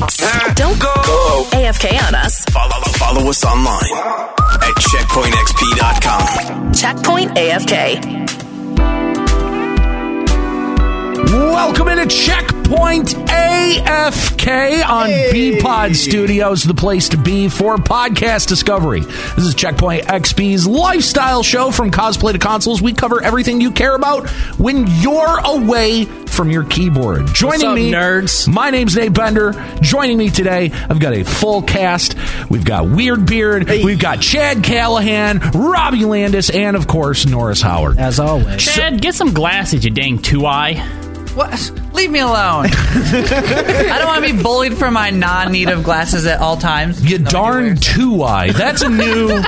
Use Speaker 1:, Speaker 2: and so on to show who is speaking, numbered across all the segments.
Speaker 1: Don't go AFK on us.
Speaker 2: Follow, follow us online at checkpointxp.com.
Speaker 1: Checkpoint AFK.
Speaker 3: Welcome into Checkpoint AFK on B Pod Studios, the place to be for podcast discovery. This is Checkpoint XP's lifestyle show from cosplay to consoles. We cover everything you care about when you're away from your keyboard. Joining
Speaker 4: up,
Speaker 3: me,
Speaker 4: nerds?
Speaker 3: My name's Nate Bender. Joining me today, I've got a full cast. We've got Weird Beard, we've got Chad Callahan, Robbie Landis, and of course Norris Howard.
Speaker 5: As always.
Speaker 4: Chad, get some glasses, you dang two eye.
Speaker 6: What? Leave me alone. I don't want to be bullied for my non-native glasses at all times.
Speaker 3: You
Speaker 6: Nobody
Speaker 3: darn
Speaker 6: wears them.
Speaker 3: two eye. That's a new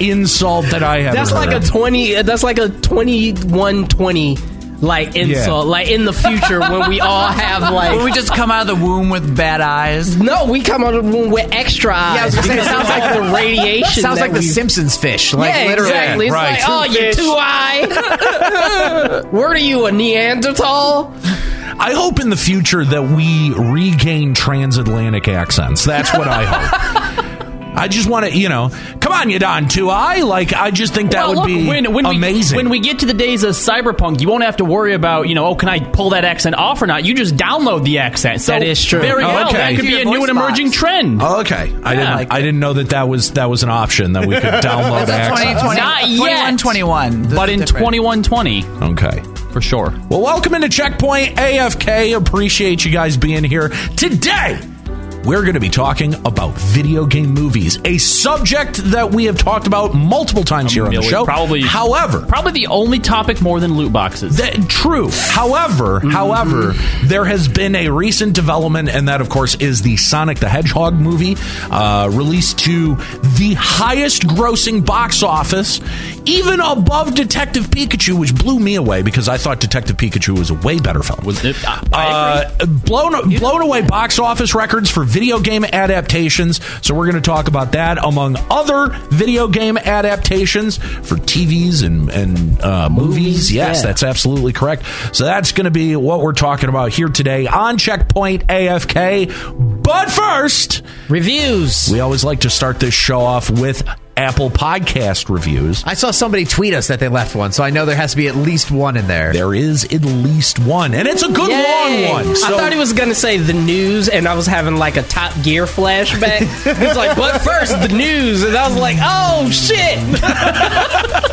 Speaker 3: insult that I have.
Speaker 5: That's like a 20 uh, that's like a 2120 like insult like in the future when we all have like
Speaker 6: When we just come out of the womb with bad eyes.
Speaker 5: No, we come out of the room with extra eyes.
Speaker 7: I was gonna say,
Speaker 5: because
Speaker 7: it sounds
Speaker 5: of the radiation.
Speaker 7: Sounds
Speaker 5: that
Speaker 7: like the
Speaker 5: we-
Speaker 7: Simpsons fish. Like
Speaker 5: Yeah,
Speaker 7: literally.
Speaker 5: exactly. It's
Speaker 3: right.
Speaker 5: like, oh, you two eye. Where are you, a Neanderthal?
Speaker 3: I hope in the future that we regain transatlantic accents. That's what I hope. I just want to, you know, come on, you darn two eye. Like I just think that
Speaker 4: Well,
Speaker 3: would
Speaker 4: look,
Speaker 3: be
Speaker 4: when, when
Speaker 3: amazing.
Speaker 4: We, when we get to the days of cyberpunk, you won't have to worry about you know, oh, can I pull that accent off or not? You just download the accent. So
Speaker 5: That is true.
Speaker 4: There we
Speaker 3: Oh,
Speaker 4: go.
Speaker 3: okay.
Speaker 4: That could be a
Speaker 6: Your
Speaker 4: new
Speaker 6: voice
Speaker 4: and emerging
Speaker 6: box.
Speaker 4: trend.
Speaker 3: Oh, okay, I didn't.
Speaker 4: like
Speaker 3: I didn't know that that was that was an option that we could download accents.
Speaker 6: 2020,
Speaker 4: Not yet.
Speaker 6: 2121. This
Speaker 4: but
Speaker 6: is
Speaker 4: in
Speaker 6: different.
Speaker 4: twenty one twenty,
Speaker 3: Okay.
Speaker 4: for sure.
Speaker 3: Well, welcome into Checkpoint AFK. Appreciate you guys being here today. We're going to be talking about video game movies, a subject that we have talked about multiple times here on the
Speaker 4: Really,
Speaker 3: show.
Speaker 4: Probably.
Speaker 3: however,
Speaker 4: probably the only topic more than loot boxes.
Speaker 3: that, true. However,
Speaker 4: Mm-hmm.
Speaker 3: however, there has been a recent development, and that, of course, is the Sonic the Hedgehog movie, uh, released to the highest-grossing box office, even above Detective Pikachu, which blew me away because I thought Detective Pikachu was a way better film.
Speaker 4: Was it- I- I
Speaker 3: Uh, blown blown away box office records for video game adaptations. So we're going to talk about that among other video game adaptations for TVs and and uh, movies. Yes,
Speaker 5: yeah.
Speaker 3: that's absolutely correct. So that's going to be what we're talking about here today on Checkpoint AFK. But first,
Speaker 5: Reviews.
Speaker 3: we always like to start this show off with Apple Podcast reviews.
Speaker 7: I saw somebody tweet us that they left one, so I know there has to be at least one in there.
Speaker 3: There is at least one, and it's a good
Speaker 5: Yay.
Speaker 3: long one. So
Speaker 5: I thought he was gonna say the news, and I was having like a Top Gear flashback. He's like, "But first, the news," and I was like, "Oh shit!"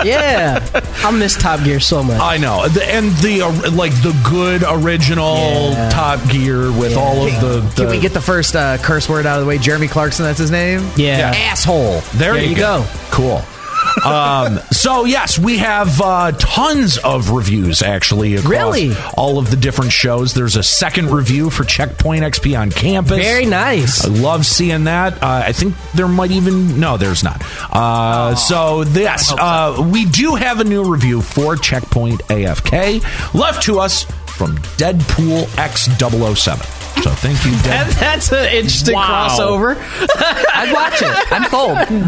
Speaker 5: yeah, I miss Top Gear so much.
Speaker 3: I know, the, and the uh, like the good original
Speaker 5: Yeah.
Speaker 3: Top Gear with all of the. the
Speaker 7: Can we get the first uh, curse word out of the way? Jeremy Clarkson, that's his name?
Speaker 5: Yeah.
Speaker 7: Asshole.
Speaker 3: there,
Speaker 5: There
Speaker 3: you,
Speaker 5: you
Speaker 3: go.
Speaker 5: go.
Speaker 3: Cool. um, so yes, we have uh, tons of reviews actually across
Speaker 5: Really?
Speaker 3: all of the different shows. There's a second review for Checkpoint XP on campus.
Speaker 5: Very nice.
Speaker 3: I love seeing that. Uh, I think there might even no, there's not.
Speaker 5: Oh,
Speaker 3: Uh, so yes, uh, we do have a new review for Checkpoint AFK left to us from Deadpool X 007. So thank you, Dead.
Speaker 5: That's an interesting
Speaker 4: Wow.
Speaker 5: crossover.
Speaker 6: I'd watch it. I'm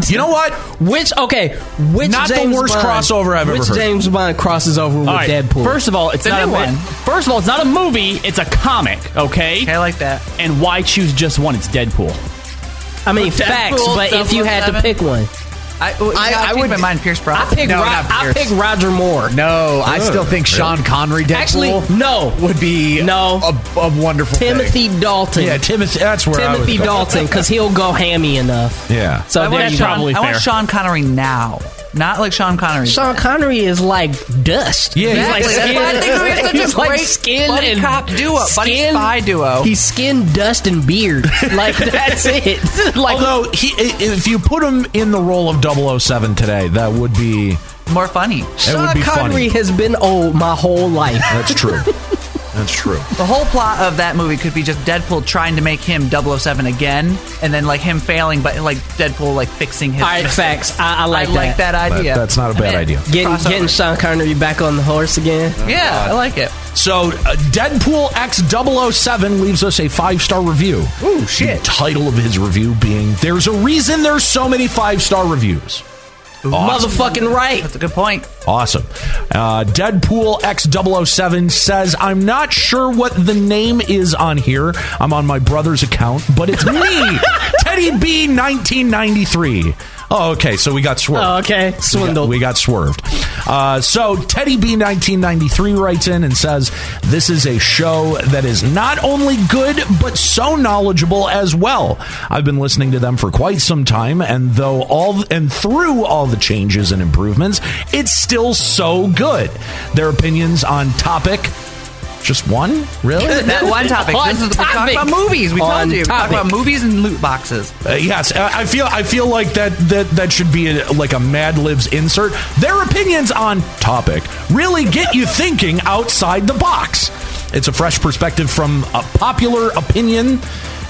Speaker 6: sold.
Speaker 3: you know what?
Speaker 5: Which okay, which
Speaker 3: Not the
Speaker 5: James
Speaker 3: worst
Speaker 5: Bond-
Speaker 3: crossover I've ever
Speaker 5: which
Speaker 3: heard.
Speaker 5: James Bond crosses over with
Speaker 4: All right,
Speaker 5: Deadpool?
Speaker 4: First of all, it's
Speaker 6: The
Speaker 4: not
Speaker 6: new
Speaker 4: a
Speaker 6: one.
Speaker 4: First of all, it's not a movie. It's a comic. Okay.
Speaker 6: Okay, I like that.
Speaker 4: And why choose just one? It's Deadpool.
Speaker 5: I mean,
Speaker 6: Deadpool,
Speaker 5: facts. But if you had to
Speaker 6: 007.
Speaker 5: pick one,
Speaker 6: I, well, you know,
Speaker 7: I-
Speaker 6: I,
Speaker 7: I
Speaker 6: would
Speaker 7: would-
Speaker 6: my mind Pierce
Speaker 5: I
Speaker 6: Brosnan.
Speaker 5: pick
Speaker 7: No,
Speaker 5: Ro-
Speaker 7: not
Speaker 5: I
Speaker 7: Pierce.
Speaker 5: pick Roger Moore.
Speaker 7: No, I still think Sean Connery Deadpool
Speaker 5: Actually, no.
Speaker 7: would be
Speaker 5: No.
Speaker 7: a, a wonderful thing.
Speaker 5: Timothy Dalton.
Speaker 3: Yeah, Timothy. That's where I
Speaker 5: Timothy
Speaker 3: would go.
Speaker 5: Dalton, because he'll go hammy enough.
Speaker 3: Yeah.
Speaker 5: So
Speaker 4: want
Speaker 5: there you
Speaker 4: Sean-
Speaker 5: go.
Speaker 4: probably
Speaker 6: I want
Speaker 4: fair.
Speaker 6: Sean Connery now, not like Sean Connery.
Speaker 5: Sean Connery is like dust.
Speaker 3: Yeah, he's
Speaker 6: Exactly.
Speaker 3: like
Speaker 6: That's why I think we're such
Speaker 5: he's
Speaker 6: a
Speaker 5: like
Speaker 6: great
Speaker 5: skin
Speaker 6: buddy
Speaker 5: and
Speaker 6: cop duo, buddy
Speaker 5: skin-
Speaker 6: spy
Speaker 3: Oh.
Speaker 6: duo.
Speaker 5: He's skin, dust, and beard. Like that's it. Like
Speaker 3: Although he, i- if you put him in the role of 007 today, that would be
Speaker 6: More funny.
Speaker 3: it would
Speaker 5: Sean
Speaker 3: be
Speaker 5: Connery
Speaker 3: funny.
Speaker 5: has been old my whole life.
Speaker 3: That's true. That's true.
Speaker 6: The whole plot of that movie could be just Deadpool trying to make him 007 again, and then like him failing, but like Deadpool like fixing his.
Speaker 5: All right, facts. I, I like
Speaker 6: I
Speaker 5: that.
Speaker 6: like that
Speaker 3: That-
Speaker 6: idea.
Speaker 3: that's not a
Speaker 6: I'm
Speaker 3: bad
Speaker 6: in.
Speaker 3: idea.
Speaker 5: Getting,
Speaker 6: Crossover.
Speaker 5: getting Sean Connery back on the horse again.
Speaker 6: Yeah, I like it.
Speaker 3: So, uh, Deadpool X 007 leaves us a five star review. Ooh, shit. The title of his review being There's a Reason There's So Many Five Star Reviews.
Speaker 5: Motherfucking right.
Speaker 8: That's a good point.
Speaker 3: Awesome. Uh, Deadpool X007 says, I'm not sure what the name is on here. I'm on my brother's account, but it's me, Teddy B 1993. Oh, okay. So we got swerved.
Speaker 5: Oh, okay. Swindled.
Speaker 3: We got swerved. Uh, so Teddy B 1993 writes in and says, This is a show that is not only good, but so knowledgeable as well. I've been listening to them for quite some time, and though all and through all the changes and improvements, it's still so good. Their opinions on topic. Just one? Really?
Speaker 8: That one topic.
Speaker 5: On
Speaker 8: this is, we talk
Speaker 5: topic.
Speaker 8: about movies. We
Speaker 5: On
Speaker 8: told you. We talk
Speaker 5: topic.
Speaker 8: about movies and loot boxes.
Speaker 3: Uh, yes, I I feel I feel like that that that should be a, like a Mad Libs insert. Their opinions on topic really get you thinking outside the box. It's a fresh perspective from a popular opinion,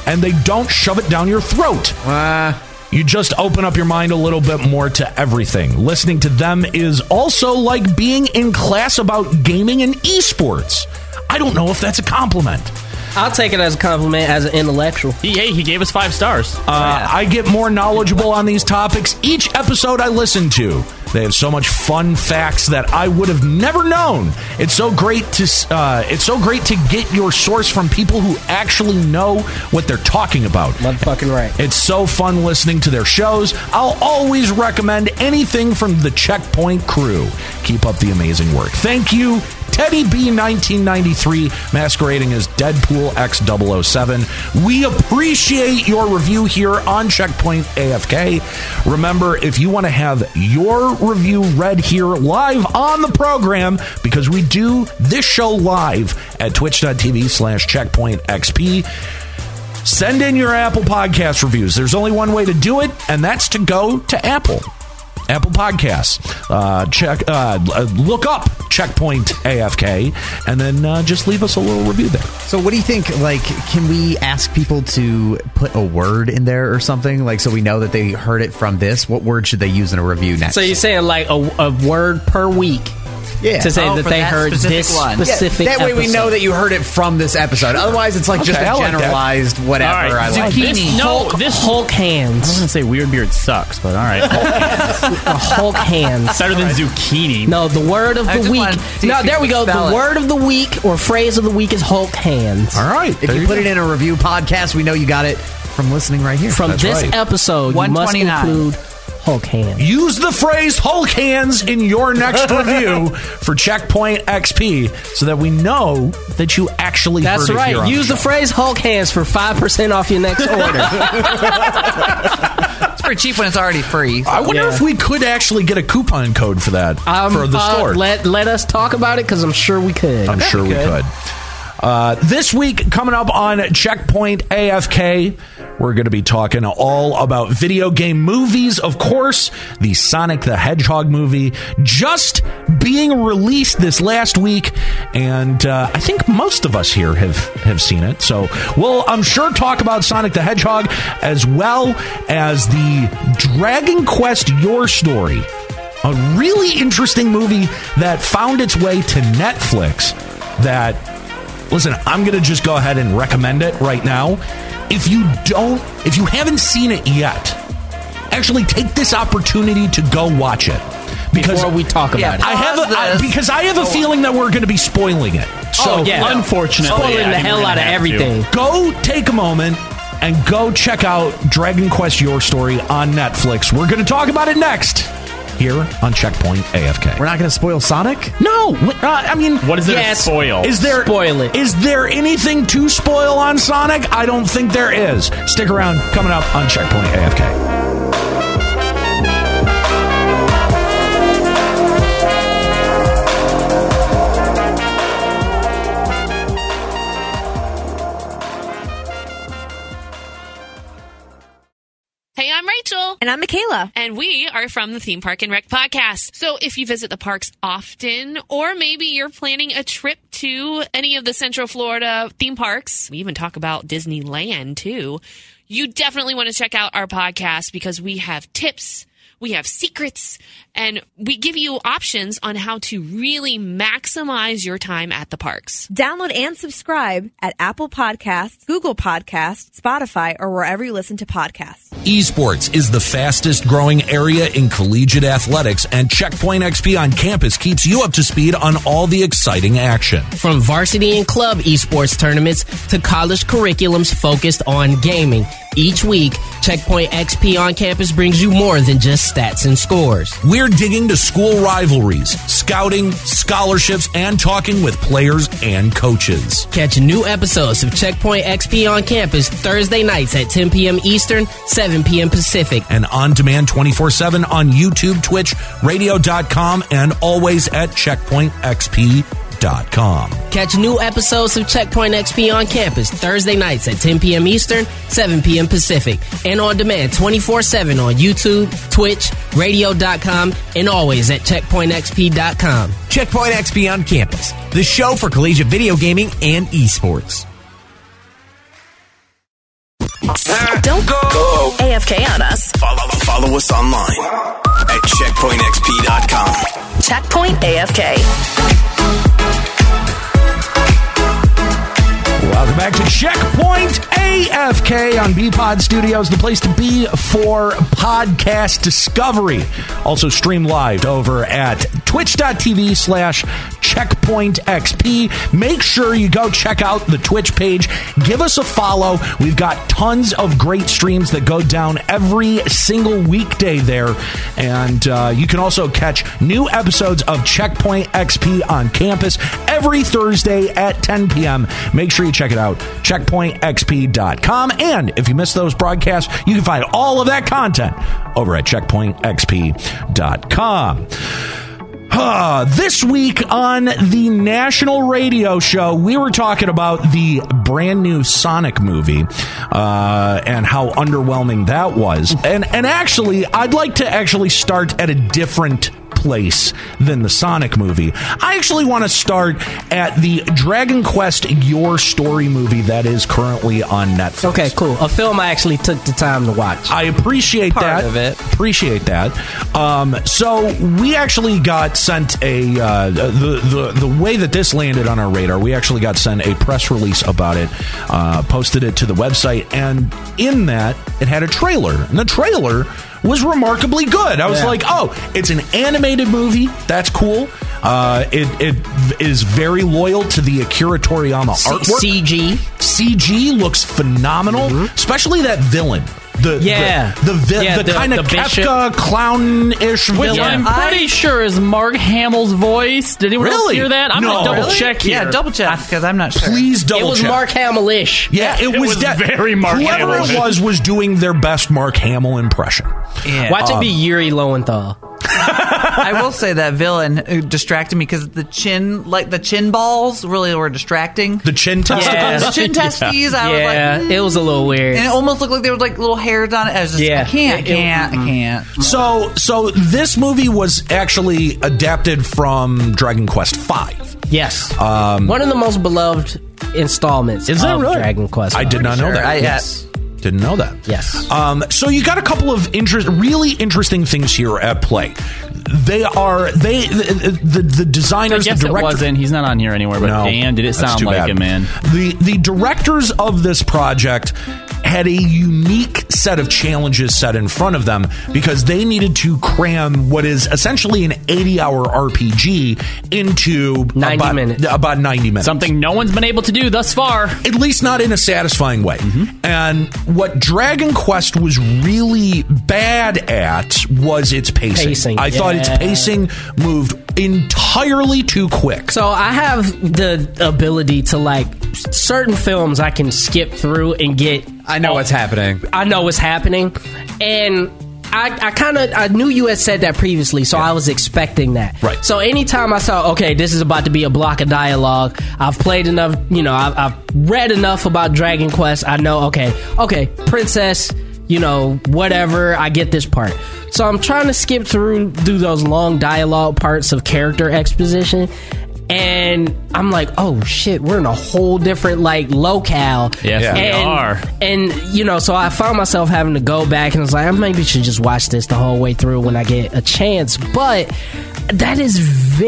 Speaker 3: and they don't shove it down your throat. You just open up your mind a little bit more to everything. Listening to them is also like being in class about gaming and esports. I don't know if that's a compliment.
Speaker 5: I'll take it as a compliment as an intellectual.
Speaker 4: He, hey, he gave us five stars.
Speaker 3: Uh, I get more knowledgeable on these topics each episode I listen to. They have so much fun facts that I would have never known. It's so great to s- uh, it's so great to get your source from people who actually know what they're talking about.
Speaker 5: Motherfucking right.
Speaker 3: It's so fun listening to their shows. I'll always recommend anything from the Checkpoint crew. Keep up the amazing work. Thank you, Teddy B1993, masquerading as Deadpool X007. We appreciate your review here on Checkpoint AFK. Remember, if you want to have your review read here live on the program, because we do this show live at twitch.tv slash checkpoint XP. Send in your Apple Podcast reviews. There's only one way to do it, and that's to go to Apple. Apple Podcasts. Uh, check, uh, uh, look up Checkpoint AFK, and then uh, just leave us a little review there.
Speaker 6: So, what do you think? Like, can we ask people to put a word in there or something? Like, so we know that they heard it from this. What word should they use in a review next?
Speaker 5: So you're saying like a, a word per week
Speaker 6: yeah.
Speaker 5: to say
Speaker 8: Oh,
Speaker 5: that
Speaker 8: for
Speaker 5: they
Speaker 8: that
Speaker 5: heard
Speaker 8: specific
Speaker 5: this
Speaker 8: one. Yeah,
Speaker 5: specific.
Speaker 6: that way we
Speaker 5: episode.
Speaker 6: know that you heard it from this episode. Otherwise, it's like just
Speaker 3: Okay, I
Speaker 6: a
Speaker 3: like that.
Speaker 6: generalized
Speaker 4: all
Speaker 6: whatever.
Speaker 4: right,
Speaker 6: I like.
Speaker 4: This-
Speaker 8: Zucchini.
Speaker 4: no,
Speaker 5: Hulk,
Speaker 4: this Hulk.
Speaker 5: Hulk hands.
Speaker 4: I say weird beard sucks, but all right, Hulk,
Speaker 5: A Hulk hands.
Speaker 4: better than zucchini.
Speaker 5: No, the word of
Speaker 8: I
Speaker 5: the
Speaker 8: just
Speaker 5: week.
Speaker 8: wanted to see
Speaker 5: No,
Speaker 8: if you
Speaker 5: there we
Speaker 8: could
Speaker 5: go.
Speaker 8: spell
Speaker 5: The
Speaker 8: it.
Speaker 5: word of the week or phrase of the week is Hulk hands.
Speaker 3: All right.
Speaker 6: If you put it in a review podcast, we know you got it from listening right here.
Speaker 5: From
Speaker 3: That's
Speaker 5: this
Speaker 3: right.
Speaker 5: episode, you must
Speaker 8: 129.
Speaker 5: include Hulk hands.
Speaker 3: Use the phrase Hulk hands in your next review for Checkpoint XP so that we know that you actually
Speaker 5: That's
Speaker 3: heard it here
Speaker 5: right.
Speaker 3: on
Speaker 5: Use the
Speaker 3: show.
Speaker 5: phrase Hulk hands for five percent off your next order.
Speaker 8: It's pretty cheap when it's already free.
Speaker 3: I wonder
Speaker 5: Yeah.
Speaker 3: if we could actually get a coupon code for that
Speaker 5: Um,
Speaker 3: for the
Speaker 5: uh,
Speaker 3: store.
Speaker 5: Let let us talk about it because I'm sure we could.
Speaker 3: I'm sure we could. Uh, this week, coming up on Checkpoint AFK, we're going to be talking all about video game movies. Of course, the Sonic the Hedgehog movie just being released this last week, and uh, I think most of us here have have seen it. So we'll, I'm sure, talk about Sonic the Hedgehog as well as the Dragon Quest Your Story. A really interesting movie that found its way to Netflix that listen i'm gonna just go ahead and recommend it right now if you don't if you haven't seen it yet actually take this opportunity to go watch it because
Speaker 5: Before we talk about
Speaker 8: Yeah,
Speaker 5: it.
Speaker 3: I have a, I-
Speaker 8: Pause this.
Speaker 3: because I have a feeling that we're going to be spoiling it. So
Speaker 5: Oh, yeah.
Speaker 4: Unfortunately,
Speaker 5: Spoiling
Speaker 4: I
Speaker 5: the
Speaker 4: think we're
Speaker 5: hell
Speaker 4: gonna
Speaker 5: out of
Speaker 4: have to.
Speaker 5: everything.
Speaker 3: go take a moment and go check out Dragon Quest Your Story on Netflix. We're going to talk about it next here on Checkpoint AFK.
Speaker 6: We're not going to spoil Sonic.
Speaker 3: no, uh, I mean,
Speaker 4: What is it?
Speaker 5: Yes.
Speaker 4: Spoil.
Speaker 3: Is there
Speaker 5: Spoil it.
Speaker 3: Is there anything to spoil on Sonic? I don't think there is. Stick around. Coming up on Checkpoint AFK.
Speaker 9: Hey, I'm Rachel.
Speaker 10: And I'm Michaela.
Speaker 9: And we are from the Theme Park and Rec podcast. So if you visit the parks often, or maybe you're planning a trip to any of the Central Florida theme parks, we even talk about Disneyland too, you definitely want to check out our podcast because we have tips. We have secrets and we give you options on how to really maximize your time at the parks.
Speaker 10: Download and subscribe at Apple Podcasts, Google Podcasts, Spotify, or wherever you listen to podcasts.
Speaker 11: Esports is the fastest growing area in collegiate athletics, and Checkpoint XP on campus keeps you up to speed on all the exciting action.
Speaker 5: From varsity and club esports tournaments to college curriculums focused on gaming. Each week, Checkpoint XP on campus brings you more than just stats and scores.
Speaker 11: We're digging to school rivalries, scouting, scholarships, and talking with players and coaches.
Speaker 5: Catch new episodes of Checkpoint XP on campus Thursday nights at 10 p.m. Eastern, 7 p.m. Pacific.
Speaker 11: And on demand 24 7 on YouTube, Twitch, radio.com, and always at checkpointxp.com.
Speaker 5: Catch new episodes of Checkpoint XP on campus Thursday nights at 10 p.m. Eastern, 7 p.m. Pacific, and on demand 24 7 on YouTube, Twitch, radio.com, and always at checkpointxp.com.
Speaker 12: Checkpoint XP on campus, the show for collegiate video gaming and esports.
Speaker 1: Don't go. AFK on us.
Speaker 2: Follow, follow us online at checkpointxp.com.
Speaker 1: Checkpoint AFK.
Speaker 3: Welcome back to Checkpoint AFK on BPod Studios, the place to be for podcast discovery. Also stream live over at twitch.tv slash checkpoint XP. Make sure you go check out the Twitch page. Give us a follow. We've got tons of great streams that go down every single weekday there. And uh, you can also catch new episodes of Checkpoint XP on campus every Thursday at 10 p.m. Make sure you check it out. CheckpointXP.com. And if you miss those broadcasts, you can find all of that content over at CheckpointXP.com. Ah, this week on the national radio show, we were talking about the brand new Sonic movie uh, and how underwhelming that was. And and actually, I'd like to actually start at a different place than the Sonic movie. I actually want to start at the Dragon Quest Your Story movie that is currently on Netflix.
Speaker 5: Okay, cool. A film I actually took the time to watch.
Speaker 3: I appreciate
Speaker 5: Part
Speaker 3: that.
Speaker 5: of it.
Speaker 3: Appreciate that. Um, so we actually got sent a uh, the, the the way that this landed on our radar. We actually got sent a press release about it, uh, posted it to the website, and in that it had a trailer, and the trailer was remarkably good. I was
Speaker 5: Yeah.
Speaker 3: like, oh, it's an animated movie. That's cool. Uh, it it is very loyal to the Akira Toriyama
Speaker 5: C-
Speaker 3: artwork.
Speaker 5: CG.
Speaker 3: CG looks phenomenal, especially that villain. The
Speaker 5: Yeah.
Speaker 3: the the, vi-
Speaker 5: Yeah,
Speaker 3: the,
Speaker 5: the-
Speaker 3: kind of
Speaker 5: the bishop.
Speaker 3: Kafka clown-ish
Speaker 4: Which
Speaker 3: villain.
Speaker 4: I'm pretty sure is Mark Hamill's voice. Did anyone else
Speaker 3: Really?
Speaker 4: hear that? I'm
Speaker 3: No.
Speaker 4: gonna double
Speaker 3: Really?
Speaker 4: check here.
Speaker 6: Yeah, double check because I'm not sure.
Speaker 3: Please double
Speaker 5: It was
Speaker 3: check.
Speaker 5: Mark Hamill-ish.
Speaker 3: yeah, it, was,
Speaker 4: was
Speaker 3: de-
Speaker 4: very Mark
Speaker 3: Whoever
Speaker 4: Hamill.
Speaker 3: it was was doing their best Mark Hamill impression.
Speaker 6: Yeah.
Speaker 5: Watch it be Yuri Lowenthal.
Speaker 6: I will say that villain uh, distracted me because the chin, like the chin balls, really were distracting.
Speaker 3: The chin testicles.
Speaker 6: The chin testes. I
Speaker 5: yeah,
Speaker 6: was like, mm.
Speaker 5: it was a little weird.
Speaker 6: and it almost looked like there was like little hairs on it. I was just,
Speaker 5: Yeah.
Speaker 6: I can't,
Speaker 5: It- it-
Speaker 6: can't, I can't.
Speaker 3: So so this movie was actually adapted from Dragon Quest V.
Speaker 5: Yes. One of the most beloved installments
Speaker 3: Um, Is that
Speaker 5: of
Speaker 3: right?
Speaker 5: Dragon Quest.
Speaker 3: I did not know that.
Speaker 6: I-
Speaker 3: yes. Didn't know that.
Speaker 5: uh, Yes.
Speaker 3: Um, so you got a couple of interest, really interesting things here at play. They are they the the, the
Speaker 4: I
Speaker 3: designers,
Speaker 4: guess
Speaker 3: the
Speaker 4: it
Speaker 3: director.
Speaker 4: wasn't. He's not on here anywhere. But
Speaker 3: No,
Speaker 4: damn, did it
Speaker 3: that's
Speaker 4: sound
Speaker 3: too
Speaker 4: like
Speaker 3: bad.
Speaker 4: him, man?
Speaker 3: The the directors of this project had a unique set of challenges set in front of them because they needed to cram what is essentially an 80-hour RPG into
Speaker 5: 90
Speaker 3: about,
Speaker 5: minutes.
Speaker 3: about 90 minutes.
Speaker 4: Something no one's been able to do thus far.
Speaker 3: at least not in a satisfying way.
Speaker 10: Mm-hmm.
Speaker 3: And what Dragon Quest was really bad at was its pacing.
Speaker 5: Pacing,
Speaker 3: I thought its
Speaker 5: yeah.
Speaker 3: pacing moved entirely too quick.
Speaker 5: So I have the ability to like certain films I can skip through and get.
Speaker 13: I know what's happening.
Speaker 5: I know what's happening, and I, I kind of I knew you had said that previously, so I was expecting that.
Speaker 3: Right.
Speaker 5: So anytime I saw, okay, this is about to be a block of dialogue. I've played enough, you know, I've, I've read enough about Dragon Quest. I know, okay, okay, princess, you know, whatever. I get this part. So I'm trying to skip through through those long dialogue parts of character exposition. And I'm like, oh shit, we're in a whole different like locale.
Speaker 4: Yes, we
Speaker 5: and,
Speaker 4: are.
Speaker 5: and you know, so I found myself having to go back and was like, I maybe should just watch this the whole way through when I get a chance. But that is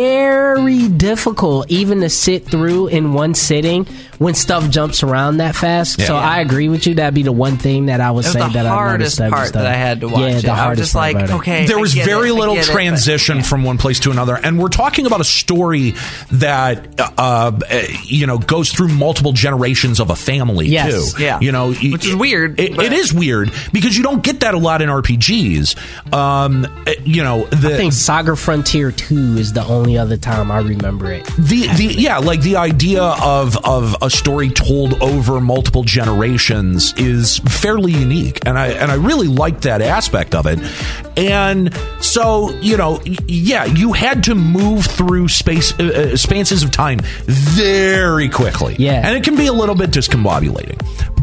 Speaker 5: very difficult even to sit through in one sitting when stuff jumps around that fast.
Speaker 10: Yeah.
Speaker 5: So I agree with you. That'd be the one thing that I would
Speaker 10: It was
Speaker 5: say
Speaker 10: the
Speaker 5: that
Speaker 10: hardest
Speaker 5: I noticed
Speaker 10: part
Speaker 5: stuff.
Speaker 10: that I had to
Speaker 5: Yeah,
Speaker 10: watch it.
Speaker 5: the
Speaker 10: I was
Speaker 5: hardest
Speaker 10: just
Speaker 5: part
Speaker 10: like,
Speaker 5: about it.
Speaker 10: okay,
Speaker 3: there
Speaker 10: I
Speaker 3: was
Speaker 10: get
Speaker 3: very
Speaker 10: it, I
Speaker 3: little
Speaker 10: get it, but-
Speaker 3: transition from one place to another and we're talking about a story that uh, uh, you know goes through multiple generations of a family
Speaker 10: Yes.
Speaker 3: too
Speaker 10: Yeah.
Speaker 3: you know
Speaker 10: Which is weird,
Speaker 3: it-
Speaker 10: but-
Speaker 3: it is weird because you don't get that a lot in rpgs um, uh, you know the
Speaker 5: I think Saga Frontier 2 is the only other time I remember it.
Speaker 3: the, the yeah like the idea of of a story told over multiple generations is fairly unique and i and i really liked that aspect of it and so you know y- yeah you had to move through space uh, uh, spaces of time very quickly
Speaker 5: Yeah.
Speaker 3: and it can be a little bit discombobulating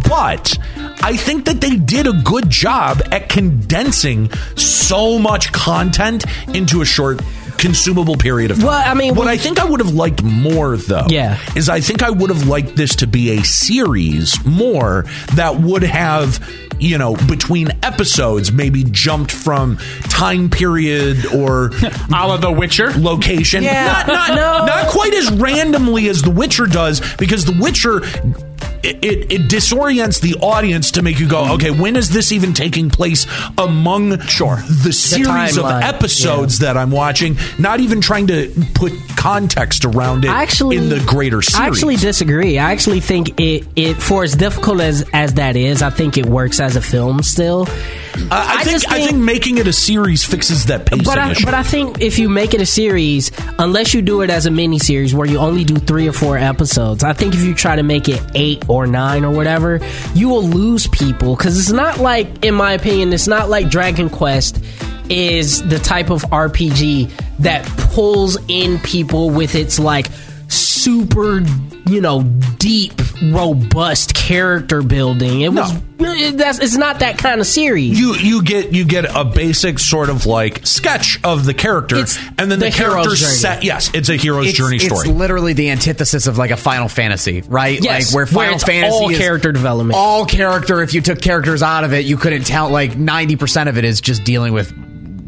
Speaker 3: but I think that they did a good job at condensing so much content into a short consumable period of time.
Speaker 5: Well, I mean,
Speaker 3: what
Speaker 5: we-
Speaker 3: I think I would have liked more though.
Speaker 5: Yeah.
Speaker 3: Is I think I would have liked this to be a series more that would have you know between episodes maybe jumped from time period or
Speaker 4: a la The Witcher.
Speaker 3: location
Speaker 10: Yeah.
Speaker 3: not not,
Speaker 5: No.
Speaker 3: not quite as randomly as the witcher does because the witcher it, it, it disorients the audience to make you
Speaker 5: Mm-hmm.
Speaker 3: go okay when is this even taking place among sure the series of
Speaker 5: timeline.
Speaker 3: episodes that i'm watching not even trying to put context around it
Speaker 5: I actually
Speaker 3: in the greater series
Speaker 5: I actually disagree. I actually think it it for as difficult as as that is, I think it works as a film still.
Speaker 3: I, I
Speaker 5: I
Speaker 3: think,
Speaker 5: just
Speaker 3: i
Speaker 5: think-
Speaker 3: think making it a series fixes that pacing
Speaker 5: But I,
Speaker 3: issue
Speaker 5: but I think if you make it a series, unless you do it as a mini series where you only do three or four episodes, I think if you try to make it eight or nine or whatever, you will lose people because it's not like, in my opinion, it's not like Dragon Quest is the type of RPG that pulls in people with its like super, you know, deep, robust character building. It was that's it's not that kind of series.
Speaker 3: you you get you get a basic sort of like sketch of the character,
Speaker 5: It's
Speaker 3: and then the,
Speaker 5: the hero's
Speaker 3: character
Speaker 5: journey.
Speaker 3: set. Yes, it's a hero's
Speaker 6: it's,
Speaker 3: journey
Speaker 6: it's
Speaker 3: story.
Speaker 6: literally the antithesis of like a Final Fantasy, right?
Speaker 5: Yes,
Speaker 6: like where
Speaker 5: where
Speaker 6: Final
Speaker 5: it's
Speaker 6: Fantasy
Speaker 5: all
Speaker 6: is
Speaker 5: character development.
Speaker 6: All character. If you took characters out of it, you couldn't tell. Like ninety percent of it is just dealing with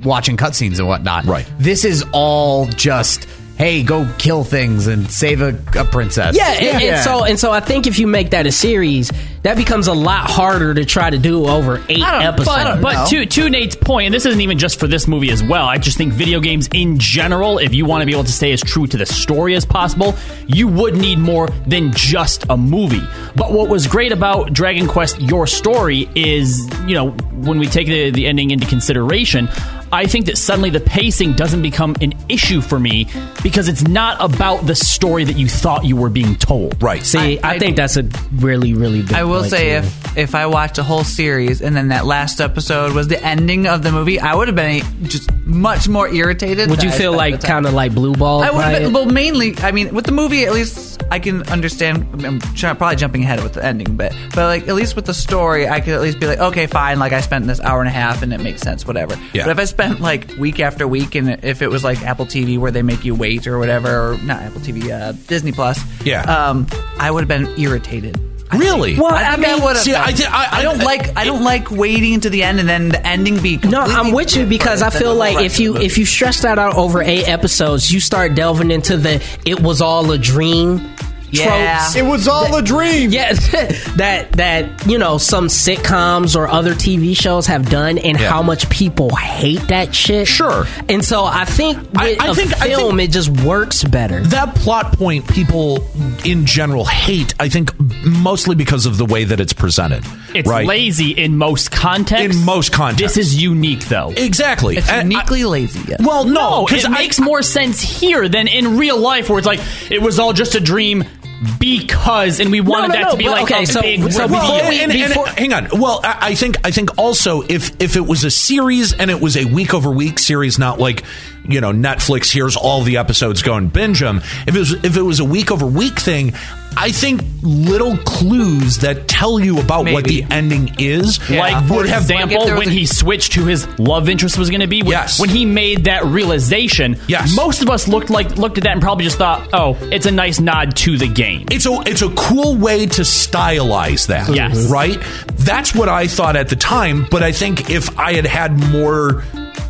Speaker 6: watching cutscenes and whatnot.
Speaker 3: Right.
Speaker 6: This is all just hey, go kill things and save a, a princess.
Speaker 5: Yeah, and, and so and so I think if you make that a series, that becomes a lot harder to try to do over eight episodes.
Speaker 4: But, but to to Nate's point, and this isn't even just for this movie as well. I just think video games in general, if you want to be able to stay as true to the story as possible, you would need more than just a movie. But what was great about Dragon Quest: Your Story is, you know, when we take the, the ending into consideration. I think that suddenly the pacing doesn't become an issue for me because it's not about the story that you thought you were being told.
Speaker 3: right.
Speaker 5: see, I,
Speaker 10: I-
Speaker 5: think that's a really, really big
Speaker 10: I will
Speaker 5: point,
Speaker 10: say,
Speaker 5: too.
Speaker 10: if if I watched a whole series and then that last episode was the ending of the movie, I would have been just much more irritated.
Speaker 5: would
Speaker 10: than
Speaker 5: you
Speaker 10: I
Speaker 5: feel
Speaker 10: spent
Speaker 5: like
Speaker 10: the time.
Speaker 5: kind of like blue ball?
Speaker 10: I would
Speaker 5: by
Speaker 10: have been,
Speaker 5: it?
Speaker 10: well, mainly, I mean, with the movie, at least I can understand. I mean, I'm try- probably jumping ahead with the ending, but but like at least with the story, I could at least be like, okay, fine. Like I spent this hour and a half, and it makes sense, whatever.
Speaker 3: Yeah.
Speaker 10: But if I spent like week after week, and if it was like Apple TV where they make you wait or whatever, or not Apple TV, uh, Disney Plus,
Speaker 3: Yeah.
Speaker 10: um, I would have been irritated.
Speaker 3: Really?
Speaker 5: Well,
Speaker 10: I,
Speaker 5: I
Speaker 10: think I
Speaker 5: mean-
Speaker 10: would have.
Speaker 3: See, I, thi- I,
Speaker 10: I don't like I don't like waiting to the end and then the ending be
Speaker 5: No,
Speaker 10: completely
Speaker 5: I'm with you
Speaker 10: different
Speaker 5: because I
Speaker 10: than
Speaker 5: feel
Speaker 10: the
Speaker 5: like
Speaker 10: rest
Speaker 5: if
Speaker 10: of
Speaker 5: you
Speaker 10: the-
Speaker 5: if you stretch that out over eight episodes, you start delving into the "it was all a dream"
Speaker 10: Yeah.
Speaker 5: tropes.
Speaker 10: It
Speaker 6: was all a dream.
Speaker 5: Yeah, that that you know some sitcoms or other TV shows have done, and
Speaker 3: Yeah.
Speaker 5: how much people hate that shit.
Speaker 3: Sure.
Speaker 5: and so I think with
Speaker 3: I- I
Speaker 5: a
Speaker 3: think- I
Speaker 5: film, it just works better.
Speaker 3: that plot point people in general hate. I think mostly because of the way that it's presented.
Speaker 4: It's
Speaker 3: right?
Speaker 4: lazy in most contexts.
Speaker 3: In most contexts.
Speaker 4: This is unique, though.
Speaker 3: Exactly.
Speaker 10: it's
Speaker 3: And I-
Speaker 10: uniquely lazy. yeah.
Speaker 3: well, no,
Speaker 4: No,
Speaker 3: because
Speaker 4: it makes more sense here than in real life, where it's like it was all just a dream because, and we wanted
Speaker 5: no,
Speaker 4: that
Speaker 5: no,
Speaker 4: to be
Speaker 5: but-
Speaker 4: like
Speaker 5: okay,
Speaker 4: a
Speaker 5: so-
Speaker 4: big
Speaker 5: so
Speaker 4: reveal.
Speaker 5: before
Speaker 3: Well,
Speaker 5: we-
Speaker 3: and- and-
Speaker 5: before-
Speaker 3: hang on. Well, I, I think I think also if if it was a series and it was a week over week series, not like you know Netflix here's all the episodes going binge them. If it was if it was a week over week thing. I think little clues that tell you about what
Speaker 10: Maybe.
Speaker 3: the ending is
Speaker 4: Like
Speaker 3: would
Speaker 4: for
Speaker 3: have
Speaker 4: example,
Speaker 10: Like, if there was
Speaker 4: when
Speaker 10: a-
Speaker 4: he switched to his love interest was going to be when,
Speaker 3: Yes.
Speaker 4: when he made that realization.
Speaker 3: Yes.
Speaker 4: most of us looked like looked at that and probably just thought, "Oh, it's a nice nod to the game."
Speaker 3: it's a it's a cool way to stylize that.
Speaker 4: Yes.
Speaker 3: Right? That's what I thought at the time, but I think if I had had more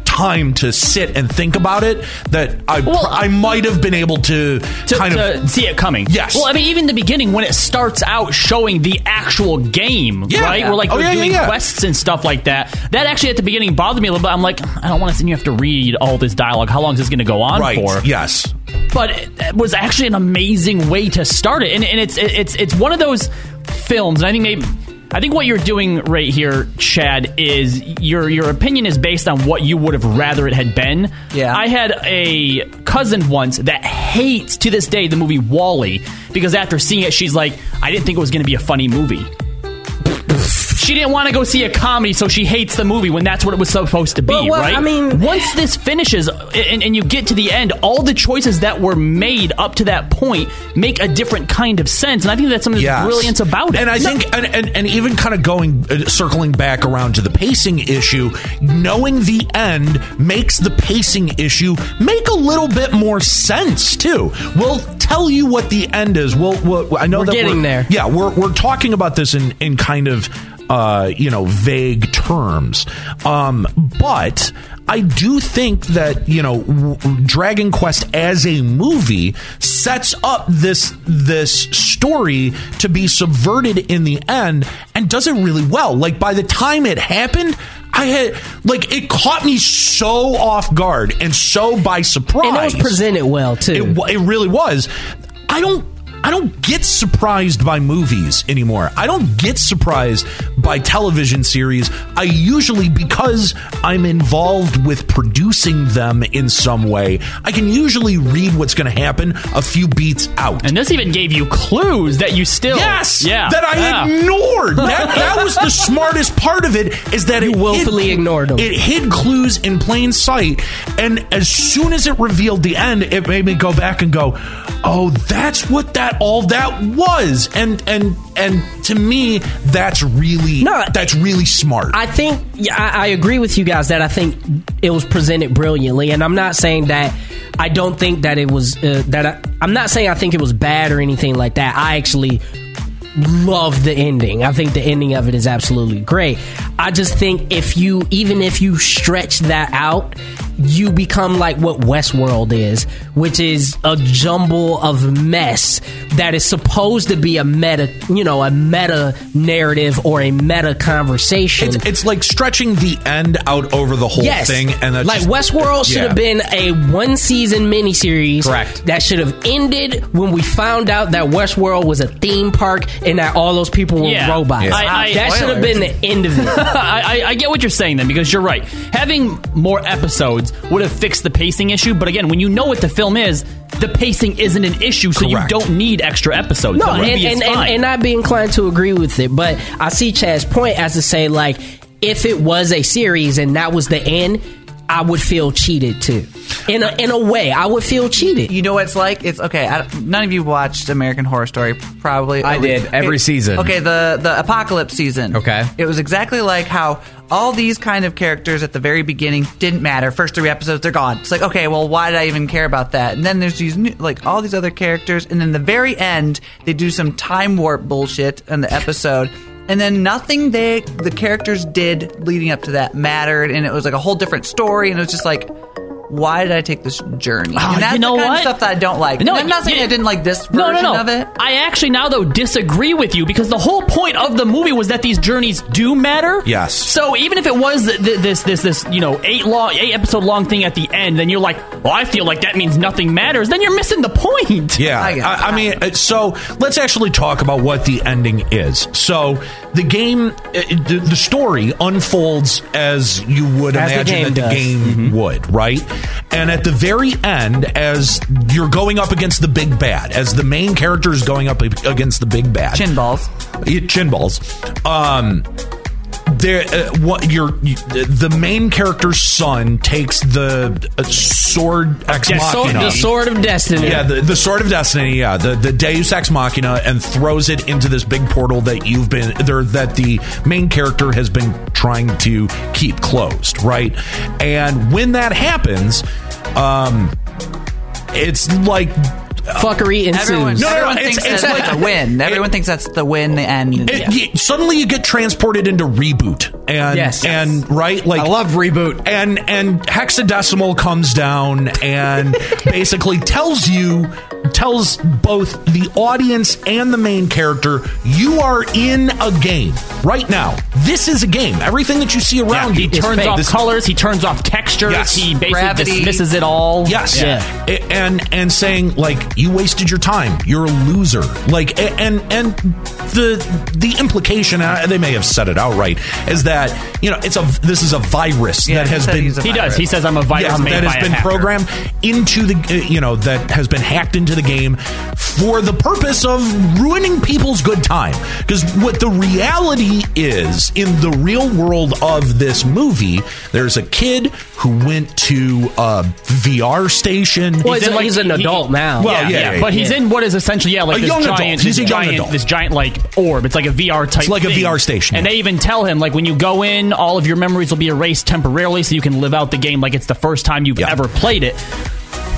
Speaker 3: time to sit and think about it that I
Speaker 4: Well-
Speaker 3: I might have been able to,
Speaker 4: to,
Speaker 3: kind
Speaker 4: to
Speaker 3: of
Speaker 4: see it coming.
Speaker 3: Yes.
Speaker 4: Well, I mean, even the beginning when it starts out showing the actual game,
Speaker 3: Yeah.
Speaker 4: right? We're like
Speaker 3: Oh,
Speaker 4: we're
Speaker 3: yeah, yeah,
Speaker 4: doing
Speaker 3: yeah.
Speaker 4: quests and stuff like that. That actually at the beginning bothered me a little bit. I'm like, I don't want to sit here and have to read all this dialogue. How long is this going to go on
Speaker 3: right.
Speaker 4: for?
Speaker 3: Yes.
Speaker 4: but it was actually an amazing way to start it, and, and it's it's it's one of those films. And I think maybe I think what you're doing right here, Chad, is your your opinion is based on what you would have rather it had been.
Speaker 10: Yeah.
Speaker 4: I had a cousin once that hates to this day the movie Wally because after seeing it, she's like, I didn't think it was going to be a funny movie. She didn't want to go see a comedy, so she hates the movie when that's what it was supposed to be,
Speaker 5: Well, well,
Speaker 4: right?
Speaker 5: I mean- eh.
Speaker 4: once this finishes and, and you get to the end, all the choices that were made up to that point make a different kind of sense. And I think that's something that's
Speaker 3: Yes.
Speaker 4: brilliant about it.
Speaker 3: And I think, and, and, and even kind of going, uh, circling back around to the pacing issue, knowing the end makes the pacing issue make a little bit more sense too. We'll tell you what the end is. We'll, we'll I know
Speaker 5: We're
Speaker 3: that
Speaker 5: getting there.
Speaker 3: Yeah, we're we're talking about this in in kind of. Uh, you know, vague terms. Um, but I do think that, you know, w- Dragon Quest as a movie sets up this this story to be subverted in the end and does it really well. Like by the time it happened, I had like it caught me so off guard and so by surprise.
Speaker 5: And it was presented well too.
Speaker 3: It, wa- it really was. I don't. I don't get surprised by movies anymore. I don't get surprised by television series. I usually, because I'm involved with producing them in some way, I can usually read what's going to happen a few beats out.
Speaker 4: And this even gave you clues that you still
Speaker 3: yes,
Speaker 4: yeah
Speaker 3: that I
Speaker 4: yeah.
Speaker 3: ignored. That, that was the smartest part of it is that it
Speaker 5: willfully
Speaker 3: hid-
Speaker 5: ignored them.
Speaker 3: It hid clues in plain sight, and as soon as it revealed the end, it made me go back and go, "Oh, that's what that all that was." And and and to me, that's really
Speaker 5: No,
Speaker 3: that's really smart.
Speaker 5: I think yeah, I, I agree with you guys that I think it was presented brilliantly, and I'm not saying that I don't think that it was uh, that I, I'm not saying I think it was bad or anything like that. I actually love the ending. I think the ending of it is absolutely great. I just think if you even if you stretch that out, you become like what Westworld is, which is a jumble of mess that is supposed to be a meta, you know, a meta narrative or a meta conversation.
Speaker 3: it's, it's like stretching the end out over the whole
Speaker 5: Yes.
Speaker 3: thing, and that's
Speaker 5: like
Speaker 3: just-
Speaker 5: Westworld should
Speaker 3: Yeah.
Speaker 5: have been a one season miniseries.
Speaker 3: Correct.
Speaker 5: That should have ended when we found out that Westworld was a theme park and that all those people were
Speaker 4: Yeah.
Speaker 5: robots.
Speaker 4: Yeah. I- I-
Speaker 5: that should have been the end of it.
Speaker 4: I, I, I get what you're saying then because you're right. Having more episodes would have fixed the pacing issue, but again, when you know what the film is, the pacing isn't an issue, so
Speaker 3: Correct.
Speaker 4: you don't need extra episodes.
Speaker 5: no,
Speaker 4: The
Speaker 5: and,
Speaker 4: movie is
Speaker 5: and, and,
Speaker 4: fine.
Speaker 5: and I'd be inclined to agree with it, but I see Chad's point as to say, like, if it was a series and that was the end, I would feel cheated too. In a, in a way, I would feel cheated.
Speaker 10: You know what it's like? It's okay. I, don't- none of you watched American Horror Story, probably.
Speaker 6: I
Speaker 10: At
Speaker 6: did,
Speaker 10: least-
Speaker 6: every
Speaker 10: it-
Speaker 6: season.
Speaker 10: Okay, the the apocalypse season.
Speaker 6: Okay.
Speaker 10: it was exactly like how all these kind of characters at the very beginning didn't matter. First three episodes, they're gone. It's like, okay, well, why did I even care about that? And then there's these new, like all these other characters, and then the very end, they do some time warp bullshit in the episode. And then nothing they the characters did leading up to that mattered, and it was like a whole different story, and it was just like, why did I take this journey?
Speaker 4: Ah,
Speaker 10: and that's
Speaker 4: you know
Speaker 10: the kind
Speaker 4: what?
Speaker 10: of stuff that I don't like. No, I'm not saying
Speaker 4: you-
Speaker 10: I didn't like this version
Speaker 4: no, no, no.
Speaker 10: of it.
Speaker 4: I actually now though disagree with you because the whole point of the movie was that these journeys do matter.
Speaker 3: Yes.
Speaker 4: So even if it was th- th- this this this you know eight long eight episode long thing at the end, then you're like, well, I feel like that means nothing matters. Then you're missing the point.
Speaker 3: Yeah,
Speaker 10: I get
Speaker 3: I, I mean, uh, so let's actually talk about what the ending is. So the game, uh, the, the story unfolds as you would
Speaker 5: As the
Speaker 3: imagine
Speaker 5: game
Speaker 3: that
Speaker 5: does. Mm-hmm.
Speaker 3: the game would, right? And at the very end, as you're going up against the big bad, as the main character is going up ag- against the big bad,
Speaker 10: Chin balls.
Speaker 3: yeah, chin balls. Um, there, uh, what your you- the main character's son takes the uh, sword ex
Speaker 5: Sword-
Speaker 3: machina.
Speaker 5: the sword of destiny.
Speaker 3: Yeah, the, the sword of destiny. Yeah, the, the Deus Ex Machina, and throws it into this big portal that you've been there that the main character has been trying to keep closed, right? And when that happens, um, it's like.
Speaker 5: fuckery ensues.
Speaker 10: Everyone,
Speaker 3: no,
Speaker 10: everyone
Speaker 3: it's-
Speaker 10: thinks
Speaker 3: it's
Speaker 10: that's
Speaker 3: like-
Speaker 10: the win. Everyone thinks that's the win. And
Speaker 3: It- y- suddenly you get transported into reboot and
Speaker 5: Yes.
Speaker 3: and right like
Speaker 6: I love reboot.
Speaker 3: and and hexadecimal comes down and basically tells you tells both the audience and the main character you are in a game right now this is a game everything that you see around
Speaker 4: He
Speaker 3: you is
Speaker 4: turns
Speaker 3: fake.
Speaker 4: off
Speaker 3: This-
Speaker 4: colors. He turns off textures.
Speaker 3: Yes.
Speaker 4: He basically
Speaker 10: Gravity.
Speaker 4: dismisses it
Speaker 10: Oh,
Speaker 4: all.
Speaker 3: Yes.
Speaker 4: Yeah.
Speaker 3: A- And and saying like you wasted your time. You're a loser. Like a- and and the the implication uh, they may have said it outright is that you know it's a this is a virus
Speaker 10: Yeah,
Speaker 3: that
Speaker 10: he
Speaker 3: has
Speaker 10: said
Speaker 3: been
Speaker 10: he's a
Speaker 4: He does. He says, "I'm a virus
Speaker 3: Yes,
Speaker 4: made
Speaker 3: that
Speaker 4: by
Speaker 3: has
Speaker 4: a
Speaker 3: been
Speaker 4: hacker."
Speaker 3: programmed into the uh, you know that has been hacked into the game for the purpose of ruining people's good time because what the reality is in the real world of this movie there's a kid who went to a VR station
Speaker 5: Well,
Speaker 4: He's
Speaker 5: he's,
Speaker 4: in, like,
Speaker 5: he's an
Speaker 4: he- he-
Speaker 5: adult now.
Speaker 3: Well, yeah, yeah,
Speaker 4: but
Speaker 3: yeah.
Speaker 4: he's in what is essentially yeah, like
Speaker 3: A
Speaker 4: this
Speaker 3: young adult.
Speaker 4: giant,
Speaker 3: He's
Speaker 4: this
Speaker 3: a young
Speaker 4: giant,
Speaker 3: adult.
Speaker 4: this giant like orb. It's like a VR type.
Speaker 3: It's like a
Speaker 4: thing.
Speaker 3: VR station,
Speaker 4: and
Speaker 3: yeah.
Speaker 4: they even tell him like when you go in, all of your memories will be erased temporarily, so you can live out the game like it's the first time you've
Speaker 3: Yeah.
Speaker 4: ever played it.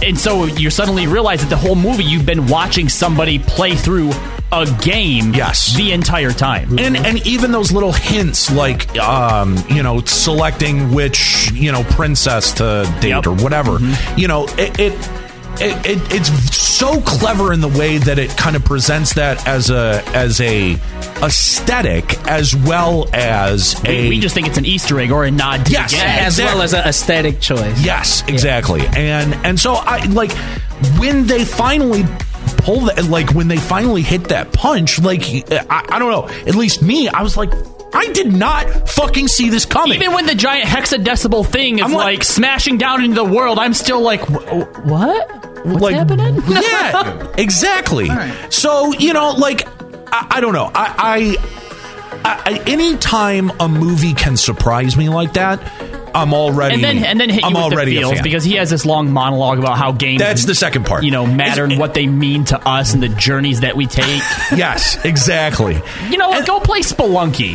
Speaker 4: And so you suddenly realize that the whole movie you've been watching somebody play through a game,
Speaker 3: Yes.
Speaker 4: the entire time.
Speaker 3: and and even those little hints like um you know selecting which you know princess to date
Speaker 4: Yep. Mm-hmm.
Speaker 3: or whatever you know it, it it, it, it's so clever in the way that it kind of presents that as a as a aesthetic as well as a
Speaker 4: we, we just think it's an Easter egg or a nod to
Speaker 3: Yes.
Speaker 4: the game.
Speaker 5: as well as an aesthetic choice.
Speaker 3: Yes, exactly. And and so I like when they finally pull that like when they finally hit that punch, like I, I don't know, at least me, I was like, I did not fucking see this coming.
Speaker 4: Even when the giant hexadecimal thing is
Speaker 3: I'm
Speaker 4: like,
Speaker 3: like-
Speaker 4: smashing down into the world, I'm still like, "Wh- what? What's
Speaker 3: like,
Speaker 4: happening?
Speaker 3: Yeah, exactly. So you know, like I, I don't know. I, I, I any time a movie can surprise me like that, I'm already
Speaker 4: and then and then hit you
Speaker 3: I'm
Speaker 4: with
Speaker 3: already
Speaker 4: the
Speaker 3: a
Speaker 4: feels
Speaker 3: fan.
Speaker 4: because he has this long monologue about how games.
Speaker 3: That's the second part.
Speaker 4: You know, matter
Speaker 3: It's-
Speaker 4: and what they mean to us and the journeys that we take.
Speaker 3: yes, exactly.
Speaker 4: you know, what? go play Spelunky.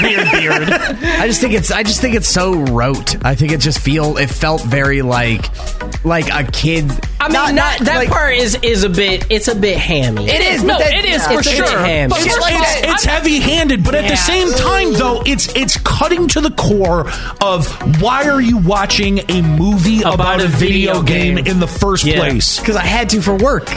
Speaker 4: Weird beard.
Speaker 6: I just think it's I just think it's so rote. I think it just feel it felt very like like a kid.
Speaker 5: I mean, not, that
Speaker 6: like-
Speaker 5: part is is a bit it's a bit hammy.
Speaker 6: It is,
Speaker 4: No,
Speaker 6: but that-
Speaker 4: it is
Speaker 6: yeah.
Speaker 4: for
Speaker 5: It's a bit
Speaker 4: sure.
Speaker 5: ham.
Speaker 4: But
Speaker 3: it's,
Speaker 4: first of
Speaker 3: it's,
Speaker 4: all,
Speaker 3: it's
Speaker 4: I'm-
Speaker 3: heavy-handed, but at the
Speaker 5: Yeah.
Speaker 3: same time, though, it's it's cutting to the core of why are you watching a movie about, a video, game, in the first
Speaker 5: Yeah.
Speaker 3: place?
Speaker 6: because I had to for work.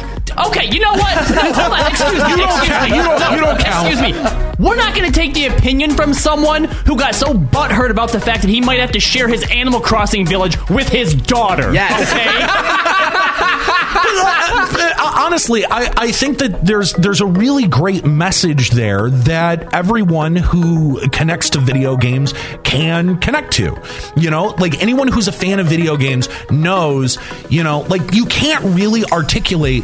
Speaker 4: Okay, you know what? No, hold on. Excuse me.
Speaker 3: You don't
Speaker 4: excuse
Speaker 3: count.
Speaker 4: me.
Speaker 3: You don't-
Speaker 4: No,
Speaker 3: you don't count.
Speaker 4: Excuse me. We're not going to take the opinion from someone who got so butthurt about the fact that he might have to share his Animal Crossing village with his daughter.
Speaker 6: Yes.
Speaker 4: Okay.
Speaker 3: Honestly, I, I think that there's there's a really great message there that everyone who connects to video games can connect to. You know, like anyone who's a fan of video games knows, you know, like you can't really articulate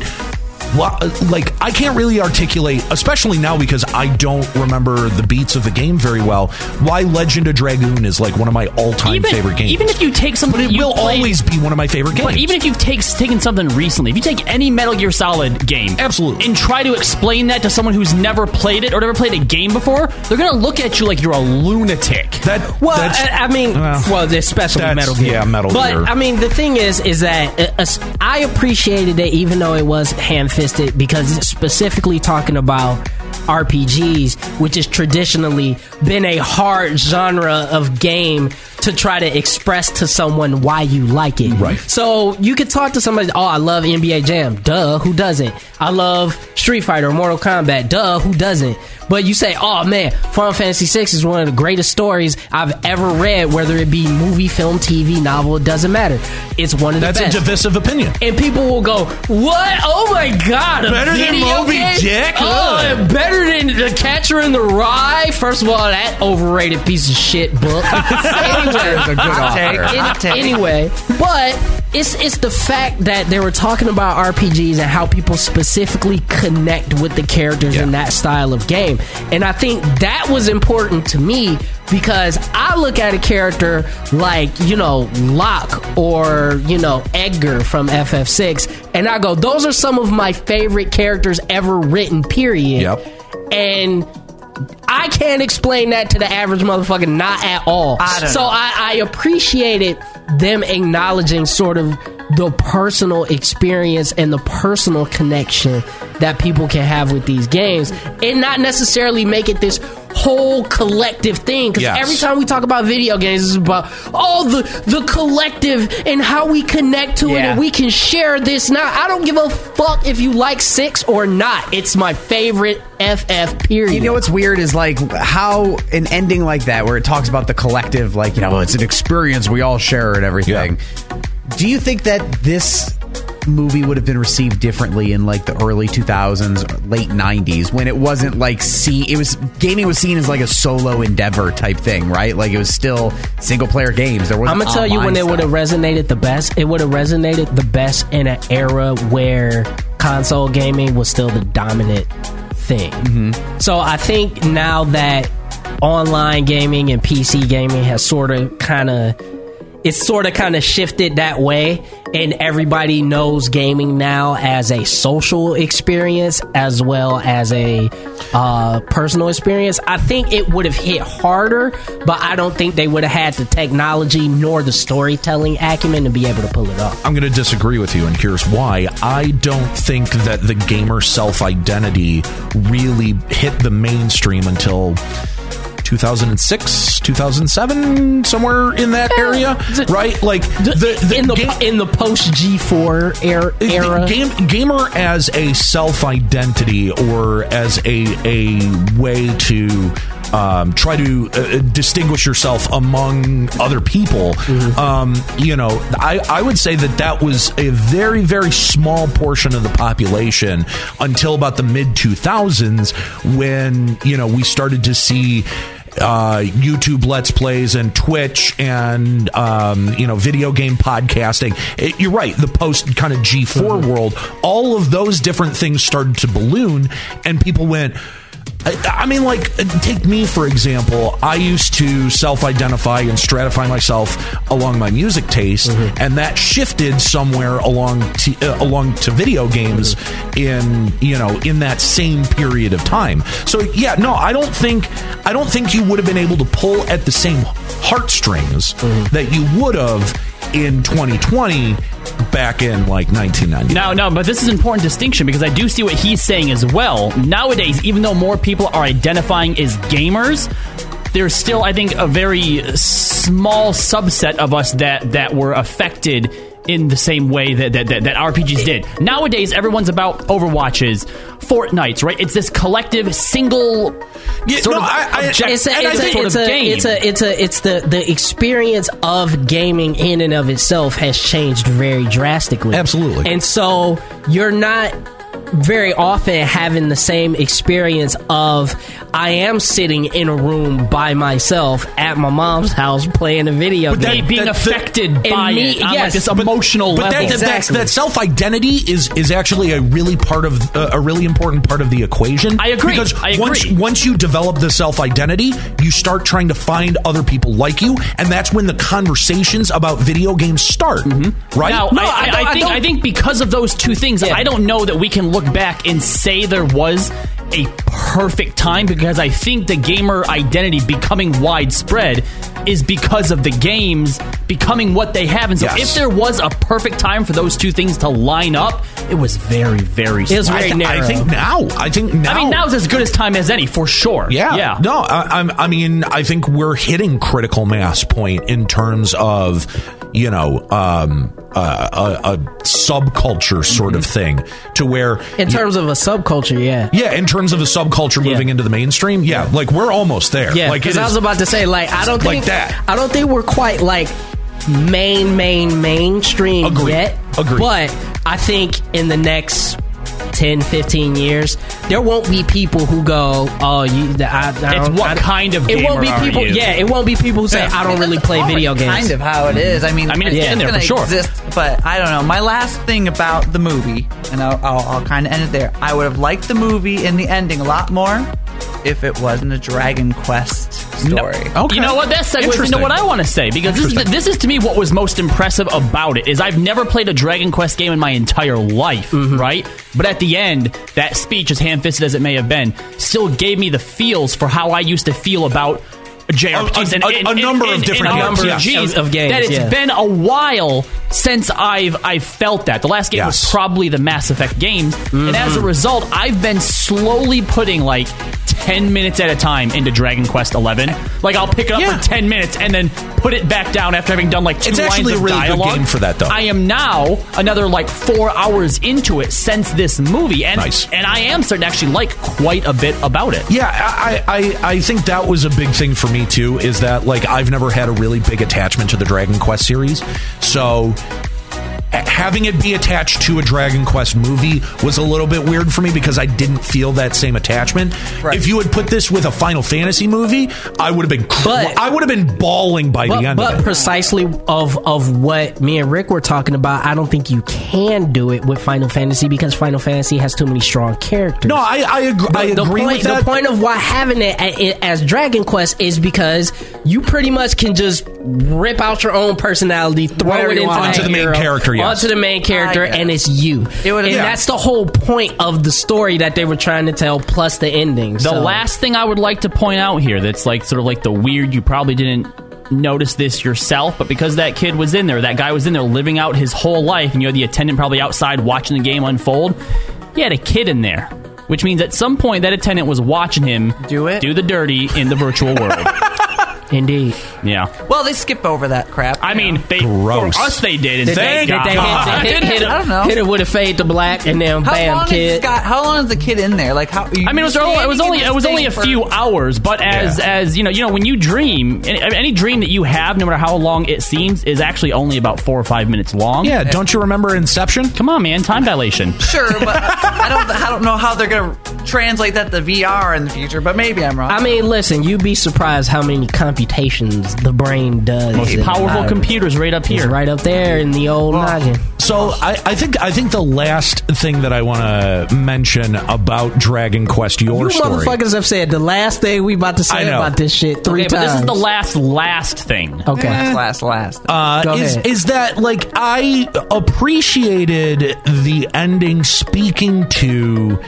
Speaker 3: wha- like I can't really articulate, especially now because I don't remember the beats of the game very well. Why Legend of Dragoon is like one of my all-time favorite games.
Speaker 4: even if you take something,
Speaker 3: but it
Speaker 4: you
Speaker 3: will
Speaker 4: played-
Speaker 3: always be one of my favorite games.
Speaker 4: But even if you've takes, taken something recently, if you take any Metal Gear Solid game,
Speaker 3: Absolutely.
Speaker 4: and try to explain that to someone who's never played it or never played a game before, they're gonna look at you like you're a lunatic.
Speaker 3: that
Speaker 5: Well,
Speaker 3: that's-
Speaker 5: I, I mean,
Speaker 3: well,
Speaker 5: well, especially
Speaker 3: that's-
Speaker 5: Metal Gear.
Speaker 3: yeah, Metal
Speaker 5: but,
Speaker 3: Gear.
Speaker 5: I mean, the thing is, is that uh, us- I appreciated it, even though it was ham-fisted, because it's specifically talking about RPGs, which has traditionally been a hard genre of game to try to express to someone why you like it.
Speaker 3: Right.
Speaker 5: So you could talk to somebody, oh, I love NBA Jam. Duh, who doesn't? I love Street Fighter or Mortal Kombat. Duh, who doesn't? But you say, oh man, Final Fantasy VI is one of the greatest stories I've ever read, whether it be movie, film, TV, novel, it doesn't matter. It's one of the
Speaker 3: that's a
Speaker 5: best.
Speaker 3: divisive opinion.
Speaker 5: and people will go, "What? Oh my god! a
Speaker 3: Better than
Speaker 5: video
Speaker 3: Moby
Speaker 5: game?
Speaker 3: Dick?
Speaker 5: Oh, better than The Catcher in the Rye." First of all, that overrated piece of shit book.
Speaker 6: There's a good
Speaker 10: take.
Speaker 6: offer.
Speaker 5: Any-
Speaker 10: Hot take.
Speaker 5: anyway, but it's it's the fact that they were talking about RPGs and how people specifically connect with the characters in that style of game. And I think that was important to me because I look at a character like, you know, Locke or, you know, Edgar from FF6 and I go, those are some of my favorite characters ever written, period.
Speaker 3: Yep.
Speaker 5: And I can't explain that to the average motherfucker, not at all.
Speaker 10: I don't
Speaker 5: so
Speaker 10: know.
Speaker 5: I, I appreciated them acknowledging sort of the personal experience and the personal connection that people can have with these games and not necessarily make it this whole collective thing because
Speaker 3: Yes.
Speaker 5: every time we talk about video games it's about all the the collective and how we connect to it
Speaker 14: Yeah.
Speaker 5: and we can share this now i don't give a fuck if you like six or not it's my favorite ff period
Speaker 6: You know what's weird is like how an ending like that, where it talks about the collective, like you know, it's an experience we all share and everything. Do you think that this movie would have been received differently in like the early 2000s, or late 90s, when it wasn't like see, it was gaming was seen as like a solo endeavor type thing, right? Like it was still single player games. There wasn't.
Speaker 5: I'm gonna tell you
Speaker 6: online
Speaker 5: when it
Speaker 6: stuff.
Speaker 5: would have resonated the best. It would have resonated the best in an era where console gaming was still the dominant thing. So I think now that online gaming and PC gaming has sort of kind of it's sort of kind of shifted that way and everybody knows gaming now as a social experience as well as a uh, personal experience i think it would have hit harder but i don't think they would have had the technology nor the storytelling acumen to be able to pull it off
Speaker 3: I'm going to disagree with you, and here's why. I don't think that the gamer self identity really hit the mainstream until 2006, 2007, somewhere in that area, right? Like the, the
Speaker 5: in the
Speaker 3: ga-
Speaker 5: in the post G4 era,
Speaker 3: the
Speaker 5: era
Speaker 3: Game, gamer as a self identity or as a a way to um, try to uh, distinguish yourself among other people. Um, you know, I, I would say that that was a very very small portion of the population until about the mid two thousands when you know we started to see uh, YouTube Let's Plays and Twitch and um, you know video game podcasting. It- you're right. The post kind of G4 world, all of those different things started to balloon, and people went. I I mean, like, take me for example. I used to self identify and stratify myself along my music taste, and that shifted somewhere along to, uh, along to video games in you know in that same period of time. So yeah, no, I don't think I don't think you would have been able to pull at the same heartstrings that you would have in 2020 back in like 1990.
Speaker 4: No, no, but this is an important distinction because I do see what he's saying as well. Nowadays, even though more people are identifying as gamers, there's still, I think, a very small subset of us that that were affected in the same way that that, that, that RPGs did. Nowadays, everyone's about Overwatches, Fortnites, right? It's this collective, single
Speaker 3: Yeah,
Speaker 4: sort
Speaker 3: no,
Speaker 4: of
Speaker 3: I- I-
Speaker 4: objective
Speaker 5: it's a,
Speaker 3: And I
Speaker 5: it's,
Speaker 3: think-
Speaker 5: a,
Speaker 4: sort
Speaker 5: it's,
Speaker 4: of game.
Speaker 5: a, it's a it's a it's the the experience of gaming in and of itself has changed very drastically
Speaker 3: Absolutely.
Speaker 5: and so you're not very often having the same experience of I am sitting in a room by myself at my mom's house playing a video
Speaker 3: But that-
Speaker 5: game
Speaker 4: Be- being
Speaker 3: that-
Speaker 4: affected
Speaker 5: And
Speaker 4: by
Speaker 5: me-
Speaker 4: it on like
Speaker 5: yes.
Speaker 4: this
Speaker 5: But-
Speaker 4: emotional
Speaker 3: but
Speaker 4: level.
Speaker 3: That, that, that's- that self identity is is actually a really part of uh, a really important part of the equation.
Speaker 4: I agree.
Speaker 3: Because
Speaker 4: I
Speaker 3: once
Speaker 4: agree.
Speaker 3: once you develop the self identity, you start trying to find other people like you, and that's when the conversations about video games start. Right?
Speaker 4: Mm-hmm. Now,
Speaker 3: No,
Speaker 4: I, I,
Speaker 3: don't-
Speaker 4: I think
Speaker 3: don't-
Speaker 4: I, think because of those two things, I don't know that we can look back and say there was a perfect time because I think the gamer identity becoming widespread is because of the games becoming what they have. And so,
Speaker 3: Yes.
Speaker 4: if there was a perfect time for those two things to line up, it was very, very.
Speaker 5: It was
Speaker 4: slow.
Speaker 5: very
Speaker 3: I,
Speaker 5: narrow.
Speaker 3: I think now. I think now.
Speaker 4: I mean, now's as good as time as any for sure.
Speaker 3: Yeah.
Speaker 4: yeah.
Speaker 3: No, I, I'm. I mean, I think we're hitting critical mass point in terms of, you know, um, uh, a, a subculture sort of thing to where
Speaker 5: Mm-hmm. in terms of a subculture yeah
Speaker 3: Yeah, in terms of a subculture moving into the mainstream, yeah, like we're almost there.
Speaker 5: Yeah,
Speaker 3: like it
Speaker 5: because I
Speaker 3: is-
Speaker 5: was about to say, like, I don't
Speaker 3: like
Speaker 5: think
Speaker 3: that.
Speaker 5: I don't think we're quite like main, main, mainstream
Speaker 3: Agreed.
Speaker 5: yet.
Speaker 3: Agreed.
Speaker 5: But I think in the next 10, 15 years, there won't be people who go, "Oh, you." the- I, I
Speaker 4: It's
Speaker 5: don't-
Speaker 4: what
Speaker 5: I-
Speaker 4: kind of
Speaker 5: It won't be
Speaker 4: gamer are
Speaker 5: people.
Speaker 4: you?
Speaker 5: Yeah, it won't be people who say, "I don't really play video games."
Speaker 10: Kind of how it is. I mean,
Speaker 4: I mean, it's in there
Speaker 10: gonna
Speaker 4: for sure.
Speaker 10: Exist, but I don't know. My last thing about the movie, and I'll, I'll, I'll kind of end it there. I would have liked the movie and the ending a lot more if it wasn't a Dragon Quest story.
Speaker 4: You know what? That segues into
Speaker 3: Interesting.
Speaker 4: what I want to say because this is, this is to me what was most impressive about it is I've never played a Dragon Quest game in my entire life,
Speaker 3: Mm-hmm.
Speaker 4: right? But at the end, that speech, as ham-fisted as it may have been, still gave me the feels for how I used to feel about JRPGs
Speaker 3: A- a-
Speaker 4: and
Speaker 3: a- a number of different games,
Speaker 4: RPGs
Speaker 5: yeah. Of- of games,
Speaker 4: That it's
Speaker 5: yeah.
Speaker 4: been a while since I've I've felt that. The last game
Speaker 3: Yes. Mm-hmm.
Speaker 4: was probably the Mass Effect games, and as a result, I've been slowly putting like. 10 minutes at a time into Dragon Quest 11. Like I'll pick it up
Speaker 3: Yeah.
Speaker 4: for 10 minutes and then put it back down after having done like two
Speaker 3: It's actually
Speaker 4: lines
Speaker 3: a
Speaker 4: of
Speaker 3: really good
Speaker 4: dialogue.
Speaker 3: game for that, though.
Speaker 4: I am now another like 4 hours into it since this movie and
Speaker 3: Nice.
Speaker 4: and I am starting to actually like quite a bit about it.
Speaker 3: Yeah, I, I, I think that was a big thing for me too. Is that like I've never had a really big attachment to the Dragon Quest series, so a- having it be attached to a Dragon Quest movie was a little bit weird for me because I didn't feel that same attachment. If you had put this with a Final Fantasy movie, I would have been cr-
Speaker 5: But-
Speaker 3: I would have been bawling by
Speaker 5: But,
Speaker 3: the end
Speaker 5: but
Speaker 3: of it.
Speaker 5: precisely of of what me and Rick were talking about, I don't think you can do it with Final Fantasy because Final Fantasy has too many strong characters.
Speaker 3: No, I I, agree I agree
Speaker 5: the point,
Speaker 3: with that.
Speaker 5: The point of why having it a- as Dragon Quest is because you pretty much can just rip out your own personality, throw
Speaker 6: Whatever
Speaker 5: it
Speaker 6: you
Speaker 5: into
Speaker 6: want.
Speaker 5: that
Speaker 3: Onto the main
Speaker 5: hero,
Speaker 3: character, yes.
Speaker 5: onto the main character,
Speaker 10: I guess.
Speaker 5: and it's you.
Speaker 10: It would've-
Speaker 5: and
Speaker 10: Yeah.
Speaker 5: that's the whole point of the story that they were trying to tell, plus the ending.
Speaker 4: The last thing I would like to point out here that's like sort of like the weird you probably didn't notice this yourself, but because that kid was in there, that guy was in there living out his whole life and you had the attendant probably outside watching the game unfold, he had a kid in there. Which means at some point that attendant was watching him
Speaker 10: Do it?
Speaker 4: do the dirty in the virtual world.
Speaker 5: indeed.
Speaker 4: Yeah.
Speaker 10: Well, they skip over that crap.
Speaker 4: I mean, they
Speaker 3: Gross.
Speaker 4: for us they did. And
Speaker 3: Thank
Speaker 4: thank
Speaker 5: They
Speaker 4: God.
Speaker 5: hit, they hit, hit,
Speaker 10: I don't know.
Speaker 5: hit it with a fade to black, and then
Speaker 10: how
Speaker 5: bam,
Speaker 10: long
Speaker 5: kid.
Speaker 10: is Scott? How long is the kid in there? Like how?
Speaker 4: I mean, it was, only, it was only it was only a few hours, but as
Speaker 3: Yeah.
Speaker 4: as you know, you know, when you dream, any, any dream that you have, no matter how long it seems, is actually only about four or five minutes long.
Speaker 3: yeah, don't you remember Inception?
Speaker 4: Come on, man, time dilation.
Speaker 10: Sure, but I don't. I don't know how they're gonna translate that to VR in the future. But maybe I'm wrong.
Speaker 5: I mean, listen, you'd be surprised how many computations the brain does.
Speaker 4: Most
Speaker 5: in
Speaker 4: powerful
Speaker 5: about-
Speaker 4: computers right up
Speaker 5: It's
Speaker 4: here.
Speaker 5: right up there in the old noggin.
Speaker 3: So I, I think I think the last thing that I want to mention about Dragon Quest, your
Speaker 5: You
Speaker 3: story.
Speaker 5: motherfuckers have said the last thing we about to
Speaker 3: I
Speaker 5: say
Speaker 3: know.
Speaker 5: about this shit three
Speaker 4: Okay, but
Speaker 5: times.
Speaker 4: this is the last last thing.
Speaker 5: Okay.
Speaker 10: last, last, last.
Speaker 3: Uh,
Speaker 5: Go
Speaker 3: is,
Speaker 5: ahead.
Speaker 3: is that like I appreciated the ending speaking to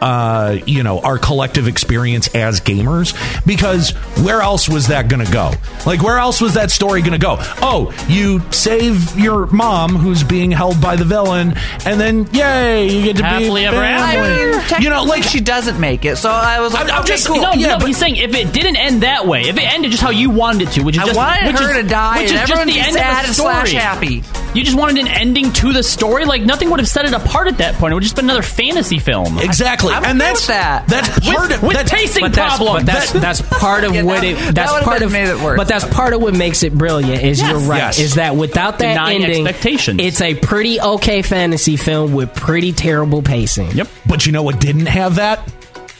Speaker 3: uh, you know our collective experience as gamers because where else was that gonna go like where else was that story gonna go oh you save your mom who's being held by the villain and then yay you get to
Speaker 4: Happily
Speaker 3: be
Speaker 4: ever after.
Speaker 3: family. you know like
Speaker 10: she doesn't make it, so I was like,
Speaker 3: I'm- I'm
Speaker 10: okay,
Speaker 3: just-
Speaker 10: cool.
Speaker 4: No,
Speaker 3: Yeah,
Speaker 4: no,
Speaker 3: but-
Speaker 4: he's saying if it didn't end that way, if it ended just how you wanted it to, which is
Speaker 10: I
Speaker 4: just
Speaker 10: wanted
Speaker 4: which
Speaker 10: her
Speaker 4: is,
Speaker 10: to die,
Speaker 4: which
Speaker 10: and
Speaker 4: is just
Speaker 10: everyone
Speaker 4: the
Speaker 10: be
Speaker 4: end
Speaker 10: sad
Speaker 4: of the story.
Speaker 10: slash happy.
Speaker 4: You just wanted an ending to the story. Like nothing would have set it apart at that point. It would just been another fantasy film.
Speaker 3: exactly
Speaker 10: I'm
Speaker 3: and
Speaker 10: okay
Speaker 3: that's
Speaker 10: with that.
Speaker 3: that's part of
Speaker 4: with
Speaker 3: that-
Speaker 4: pacing
Speaker 3: but that's-
Speaker 4: problems.
Speaker 3: but that's-
Speaker 4: That-
Speaker 5: that's part of
Speaker 10: Yeah,
Speaker 5: what
Speaker 10: that-
Speaker 5: it.
Speaker 10: that
Speaker 5: That's
Speaker 10: would've
Speaker 5: part
Speaker 10: been-
Speaker 5: of.
Speaker 10: made it worse.
Speaker 5: But that's part of what makes it brilliant. Is you're right.
Speaker 3: Yes.
Speaker 5: Is that without that
Speaker 4: Denying
Speaker 5: ending,
Speaker 4: expectations.
Speaker 5: it's a pretty okay fantasy film with pretty terrible pacing.
Speaker 4: Yep.
Speaker 3: But you know what didn't have that?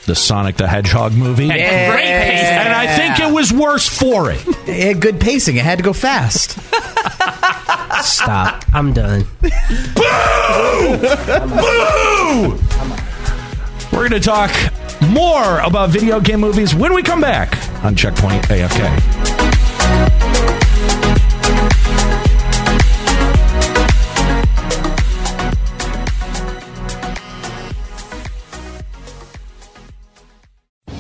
Speaker 3: The Sonic the Hedgehog movie.
Speaker 4: Yeah. Great pacing.
Speaker 3: And I think it was worse for it.
Speaker 6: It had good pacing. It had to go fast.
Speaker 5: Stop. I'm done.
Speaker 3: Boo! We're going to talk more about video game movies when we come back on Checkpoint AFK.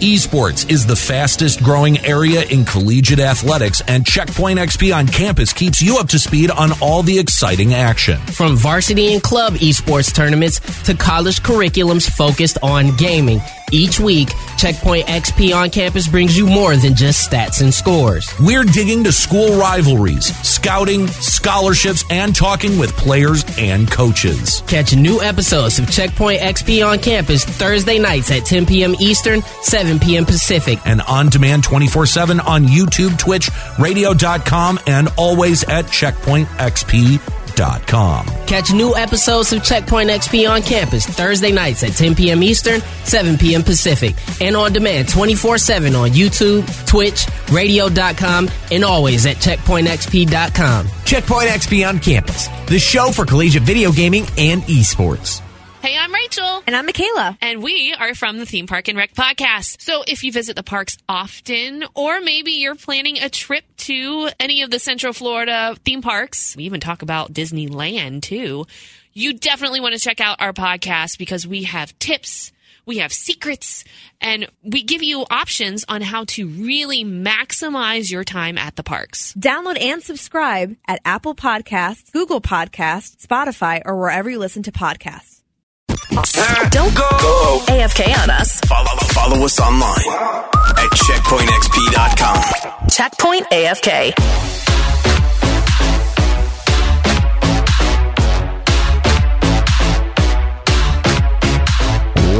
Speaker 2: Esports is the fastest growing area in collegiate athletics, and Checkpoint XP on campus keeps you up to speed on all the exciting action.
Speaker 15: From varsity and club esports tournaments to college curriculums focused on gaming. Each week, Checkpoint XP on campus brings you more than just stats and scores.
Speaker 2: We're digging to school rivalries, scouting, scholarships, and talking with players and coaches.
Speaker 15: Catch new episodes of Checkpoint XP on campus Thursday nights at 10 p.m. Eastern, 7 p.m. Pacific.
Speaker 2: And on demand 24 7 on YouTube, Twitch, radio.com, and always at checkpointxp.com.
Speaker 15: Catch new episodes of Checkpoint XP on campus Thursday nights at 10 p.m. Eastern, 7 p.m. Pacific, and on demand 24 7 on YouTube, Twitch, radio.com, and always at checkpointxp.com.
Speaker 14: Checkpoint XP on Campus, the show for collegiate video gaming and esports.
Speaker 9: Hey, I'm Rachel.
Speaker 1: And I'm Michaela.
Speaker 9: And we are from the Theme Park and Rec podcast. So if you visit the parks often, or maybe you're planning a trip to any of the Central Florida theme parks, we even talk about Disneyland too, you definitely want to check out our podcast because we have tips. we have secrets, and we give you options on how to really maximize your time at the parks.
Speaker 10: Download and subscribe at Apple Podcasts, Google Podcasts, Spotify, or wherever you listen to podcasts.
Speaker 1: Don't go, AFK on us.
Speaker 2: Follow, follow us online at checkpointxp.com.
Speaker 1: Checkpoint AFK.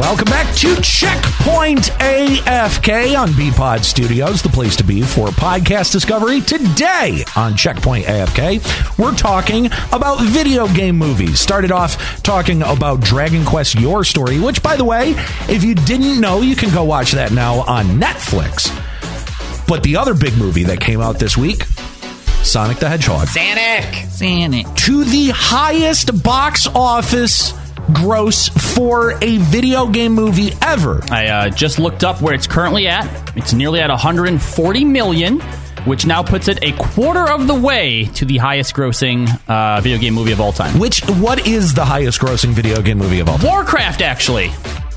Speaker 3: Welcome back to Checkpoint AFK on BPod Studios, the place to be for podcast discovery. Today on Checkpoint AFK, we're talking about video game movies. Started off talking about Dragon Quest Your Story, which, by the way, if you didn't know, you can go watch that now on Netflix. But the other big movie that came out this week Sonic the Hedgehog.
Speaker 5: Sanic.
Speaker 16: Sanic.
Speaker 3: To the highest box office gross for a video game movie ever.
Speaker 4: I uh, just looked up where it's currently at. It's nearly at 140 million, which now puts it a quarter of the way to the highest-grossing uh, video game movie of all time.
Speaker 3: Which what is the highest grossing video game movie of all time?
Speaker 4: Warcraft, actually.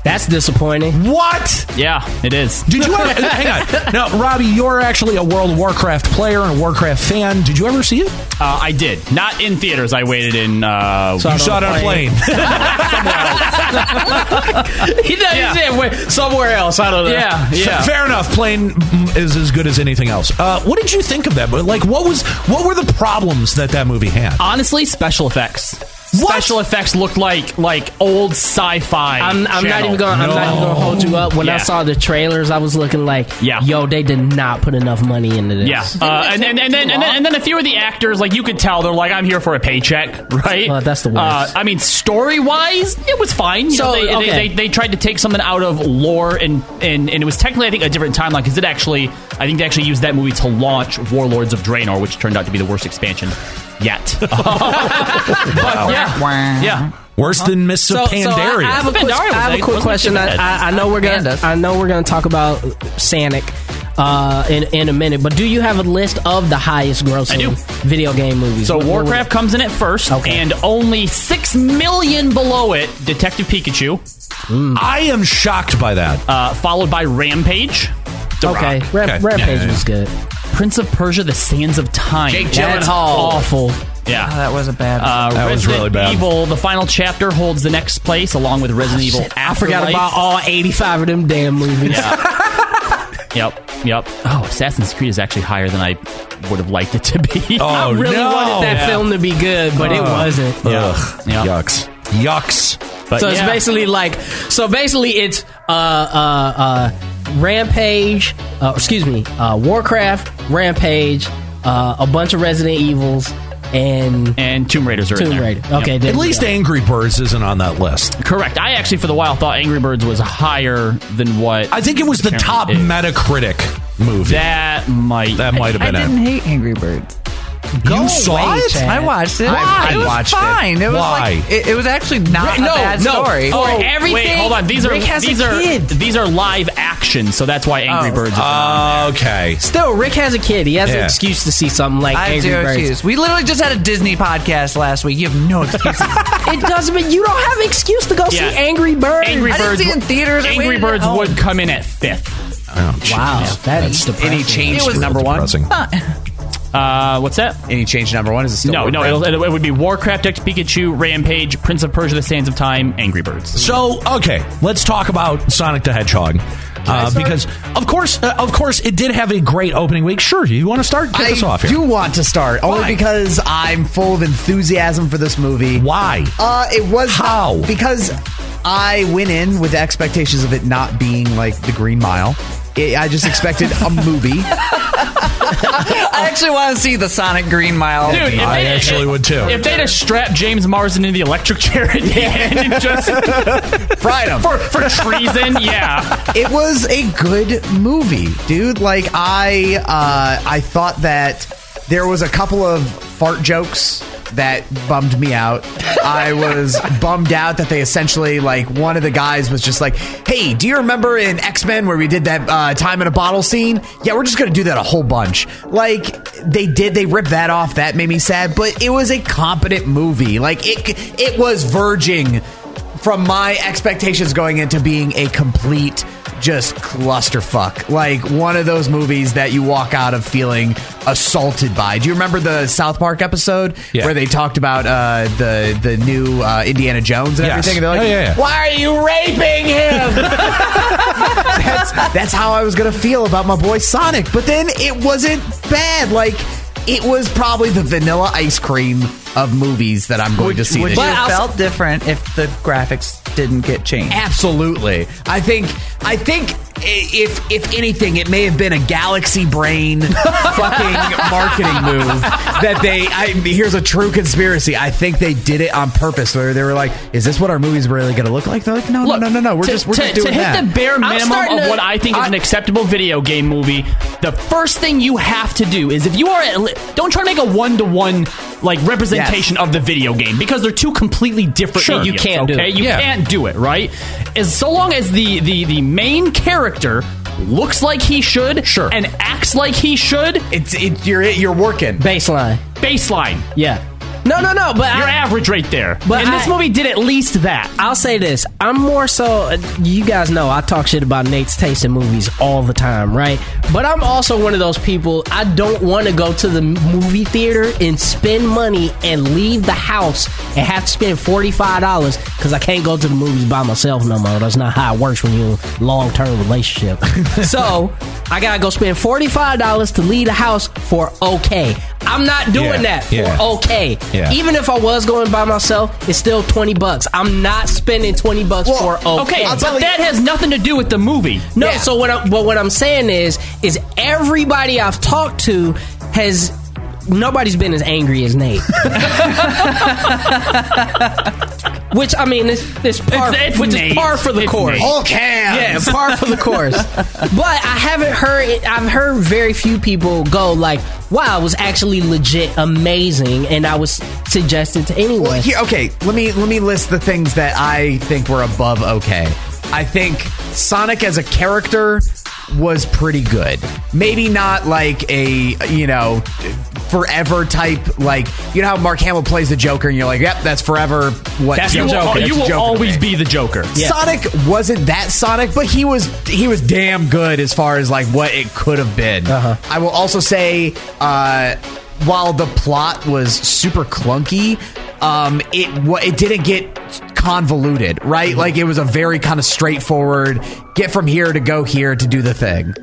Speaker 5: That's disappointing.
Speaker 3: What?
Speaker 4: Yeah, it is.
Speaker 3: Did you ever hang on? Now, Robbie, you're actually a World of Warcraft player and a Warcraft fan. Did you ever see it?
Speaker 4: Uh, I did not in theaters. I waited in. Uh,
Speaker 3: you saw it on a plane.
Speaker 5: he doesn't
Speaker 4: Yeah.
Speaker 5: say wait, somewhere else. I don't know.
Speaker 4: yeah, yeah.
Speaker 3: Fair enough. Plane mm, is as good as anything else. Uh, what did you think of that? But like, what was what were the problems that that movie had?
Speaker 4: Honestly, special effects.
Speaker 3: What?
Speaker 4: Special effects looked like like old sci-fi.
Speaker 5: I'm, I'm not
Speaker 4: channel.
Speaker 5: even gonna. I'm not even gonna hold you up. When I
Speaker 4: Yeah.
Speaker 5: saw the trailers, I was looking like,
Speaker 4: Yeah.
Speaker 5: yo, they did not put enough money into this.
Speaker 4: Yeah, uh, and, and, and then and then and then a few of the actors, like you could tell, they're like, "I'm here for a paycheck," right?
Speaker 5: Well, that's the worst.
Speaker 4: Uh, I mean, story wise, it was fine. You
Speaker 5: So,
Speaker 4: know, they,
Speaker 5: okay.
Speaker 4: they, they, they tried to take something out of lore, and, and and it was technically, I think, a different timeline because it actually, I think, they actually used that movie to launch Warlords of Draenor, which turned out to be the worst expansion yet. Um, but yeah, yeah.
Speaker 3: Worse than Mists
Speaker 5: So,
Speaker 3: of
Speaker 5: so I,
Speaker 3: Pandaria.
Speaker 5: I have
Speaker 4: Pandaria
Speaker 5: a quick, I
Speaker 4: was
Speaker 5: have a
Speaker 4: like- wasn't
Speaker 5: quick question.
Speaker 4: too
Speaker 5: I,
Speaker 4: bad.
Speaker 5: I, I know we're gonna.
Speaker 16: Pandas.
Speaker 5: I know we're gonna talk about Sanic. Uh, in, in a minute, but do you have a list of the highest grossing
Speaker 4: I do.
Speaker 5: video game movies?
Speaker 4: So
Speaker 5: What- what was
Speaker 4: Warcraft comes in at first,
Speaker 5: Okay.
Speaker 4: and only six million below it, Detective Pikachu,
Speaker 3: I am shocked by that.
Speaker 4: uh, followed by Rampage.
Speaker 5: it?
Speaker 4: The
Speaker 5: okay,
Speaker 4: Rock.
Speaker 5: Rap,
Speaker 3: Okay.
Speaker 5: Rampage
Speaker 3: Yeah, yeah, yeah.
Speaker 5: was good.
Speaker 4: Prince of Persia: The Sands of Time.
Speaker 5: Jake That's Gyllenhaal. awful.
Speaker 16: Oh,
Speaker 4: Yeah.
Speaker 16: that was a bad.
Speaker 4: Uh,
Speaker 3: That was
Speaker 4: Resident
Speaker 3: really bad.
Speaker 4: Evil, the final chapter holds the next place along with Resident Evil.
Speaker 5: Oh, Shit, I forgot
Speaker 4: Afterlife.
Speaker 5: about all 85 of them damn movies.
Speaker 4: Yep, yep. Oh, Assassin's Creed is actually higher than I would have liked it to be.
Speaker 5: I
Speaker 3: Oh,
Speaker 5: really
Speaker 3: no.
Speaker 5: wanted that
Speaker 4: Yeah. Uh,
Speaker 5: film to be good, but it wasn't.
Speaker 3: Ugh.
Speaker 4: Yeah.
Speaker 3: Yucks. Yucks.
Speaker 4: But
Speaker 5: So
Speaker 4: yeah.
Speaker 5: it's basically like, so basically it's uh uh uh Rampage, uh, excuse me, uh, Warcraft, Rampage, uh, a bunch of Resident Evils, and
Speaker 4: and Tomb Raiders are in
Speaker 5: Tomb
Speaker 4: there.
Speaker 5: Raider.
Speaker 4: Yep.
Speaker 5: Okay,
Speaker 3: At least Angry Birds isn't on that list.
Speaker 4: correct. I actually for the while thought Angry Birds was higher than what
Speaker 3: I think it was the
Speaker 4: Apparently
Speaker 3: top
Speaker 4: it is.
Speaker 3: Metacritic movie. That,
Speaker 4: that might.
Speaker 3: might have
Speaker 16: I
Speaker 3: been
Speaker 16: didn't
Speaker 3: it.
Speaker 16: hate Angry Birds.
Speaker 3: you saw it?
Speaker 16: I watched it.
Speaker 3: Why?
Speaker 16: it was
Speaker 3: I watched it.
Speaker 16: fine. It, was
Speaker 3: Why?
Speaker 16: like it, it was actually not
Speaker 5: No,
Speaker 16: a bad
Speaker 5: no.
Speaker 16: story.
Speaker 5: Oh,
Speaker 4: Wait, Wait,
Speaker 5: everything-
Speaker 4: hold on. These are
Speaker 5: Rick has a
Speaker 4: these are
Speaker 5: kid.
Speaker 4: these are live action, so that's why Angry
Speaker 16: Oh.
Speaker 4: Birds. Is
Speaker 3: Uh, okay.
Speaker 5: Still, Rick has a kid. He has an
Speaker 3: Yeah.
Speaker 5: excuse to see something like
Speaker 16: I have
Speaker 5: Angry
Speaker 16: zero
Speaker 5: Birds.
Speaker 16: excuse. We literally just had a Disney podcast last week. You have no excuses.
Speaker 5: It doesn't mean you don't have an excuse to go
Speaker 4: Yeah.
Speaker 5: see Angry Birds.
Speaker 4: Angry
Speaker 16: I didn't
Speaker 4: Birds.
Speaker 16: see it in theaters. I
Speaker 4: Angry
Speaker 16: waited at
Speaker 4: Birds
Speaker 16: home.
Speaker 4: would come in at fifth.
Speaker 3: Oh, geez.
Speaker 5: Wow, that is depressing.
Speaker 6: Any change
Speaker 16: It was
Speaker 6: to
Speaker 16: number
Speaker 6: one.
Speaker 3: Depressing.
Speaker 4: Uh, what's that?
Speaker 6: Any change to number one? Is it still
Speaker 4: No, no,
Speaker 6: Warcraft?
Speaker 4: it'll, it'll- it would be Warcraft X Pikachu, Rampage, Prince of Persia: The Sands of Time, Angry Birds.
Speaker 3: So okay, let's talk about Sonic the Hedgehog. Uh, because of course, uh, of course, it did have a great opening week. Sure, you want to start? Kick us
Speaker 6: I
Speaker 3: off here.
Speaker 6: do want to start only
Speaker 3: Why?
Speaker 6: because I'm full of enthusiasm for this movie.
Speaker 3: Why?
Speaker 6: Uh, it was
Speaker 3: How?
Speaker 6: because I went in with expectations of it not being like the Green Mile. It, I just expected a movie.
Speaker 16: I actually want to see the Sonic Green Mile.
Speaker 4: Dude, if
Speaker 3: I
Speaker 4: they-
Speaker 3: actually
Speaker 4: if-
Speaker 3: would, too.
Speaker 4: If they'd have strapped James Marsden into the electric chair at the end and just
Speaker 6: Fried 'em.
Speaker 4: for, for treason, yeah.
Speaker 6: it was a good movie, dude. Like I, uh, I thought that there was a couple of fart jokes that bummed me out. I was bummed out that they essentially like one of the guys was just like, "Hey, do you remember in X Men where we did that uh, time in a bottle scene? Yeah, we're just gonna do that a whole bunch." Like they did, they ripped that off. That made me sad, but it was a competent movie. Like it, it was verging from my expectations going into being a complete just clusterfuck. Like one of those movies that you walk out of feeling assaulted by. Do you remember the South Park episode
Speaker 3: Yeah.
Speaker 6: where they talked about uh, the the new uh, Indiana Jones and
Speaker 3: Yes.
Speaker 6: everything? And they're like,
Speaker 3: Oh, yeah, yeah.
Speaker 6: "Why are you raping him?" that's, that's how I was gonna feel about my boy Sonic. But then it wasn't bad. Like it was probably the vanilla ice cream of movies that I'm going to see.
Speaker 10: Would
Speaker 6: this
Speaker 10: you
Speaker 6: year.
Speaker 10: have felt different if the graphics didn't get changed?
Speaker 6: Absolutely. I think I think i- if if anything, it may have been a galaxy brain fucking marketing move that they. I, here's a true conspiracy. I think they did it on purpose. Where they were like, "Is this what our movie's really going to look like?" They're like, "No, no, no, no, no. We're
Speaker 4: to,
Speaker 6: just we're
Speaker 4: to-
Speaker 6: just doing
Speaker 4: to hit
Speaker 6: that."
Speaker 4: the bare
Speaker 6: I'm
Speaker 4: minimum
Speaker 6: starting
Speaker 4: of
Speaker 6: to-
Speaker 4: what I think is an acceptable video game movie. The first thing you have to do is if you are at, li- don't try to make a one to one like representation of the video game because they're two completely different.
Speaker 15: Sure.
Speaker 4: mediums,
Speaker 15: You can't do
Speaker 4: okay?
Speaker 15: it.
Speaker 4: You
Speaker 15: Yeah.
Speaker 4: can't do it right. As so long as the the the main character looks like he should, sure. and acts like he should,
Speaker 6: it's it, you're you're working
Speaker 5: baseline.
Speaker 4: Baseline,
Speaker 5: Yeah. No, no, no. But
Speaker 4: you're
Speaker 5: I,
Speaker 4: average right there.
Speaker 5: But
Speaker 4: and this
Speaker 5: I-
Speaker 4: movie did at least that.
Speaker 5: I'll say this. I'm more so. You guys know I talk shit about Nate's taste in movies all the time, right? But I'm also one of those people. I don't want to go to the movie theater and spend money and leave the house and have to spend forty five dollars because I can't go to the movies by myself no more. That's not how it works when you're in a long term relationship. so I gotta go spend forty five dollars to leave the house for okay. I'm not doing
Speaker 3: Yeah,
Speaker 5: that for
Speaker 3: yeah.
Speaker 5: okay.
Speaker 3: Yeah.
Speaker 5: Even if I was going by myself, it's still 20 bucks. I'm not spending 20 bucks for okay.
Speaker 4: Okay, but that has nothing to do with the movie.
Speaker 5: no, so what I, but what I'm saying is is everybody I've talked to has nobody's been as angry as Nate. Which I mean, it's, it's par,
Speaker 4: It's- it's
Speaker 5: which
Speaker 4: Nate.
Speaker 5: is par for the
Speaker 4: It's
Speaker 5: course.
Speaker 4: Nate.
Speaker 6: All cans.
Speaker 5: Yeah, par for the course. But I haven't heard. It, I've heard very few people go like, "Wow, it was actually legit amazing," and I was suggested to anyone.
Speaker 6: Well, here, okay, let me let me list the things that I think were above okay. I think Sonic as a character was pretty good. Maybe not like a you know forever type like you know how Mark Hamill plays the Joker and you're like, yep, that's forever. What
Speaker 4: That's
Speaker 6: Joker. Oh,
Speaker 4: you will,
Speaker 6: That's
Speaker 4: you will
Speaker 6: Joker to
Speaker 4: always
Speaker 6: me.
Speaker 4: be the Joker.
Speaker 6: Sonic wasn't that Sonic, but he was he was damn good as far as like what it could have been.
Speaker 4: Uh-huh.
Speaker 6: I will also say, uh, while the plot was super clunky, um, it wa it didn't get convoluted,
Speaker 4: Mm-hmm.
Speaker 6: right? Like it was a very kind of straightforward get from here to go here to do the thing.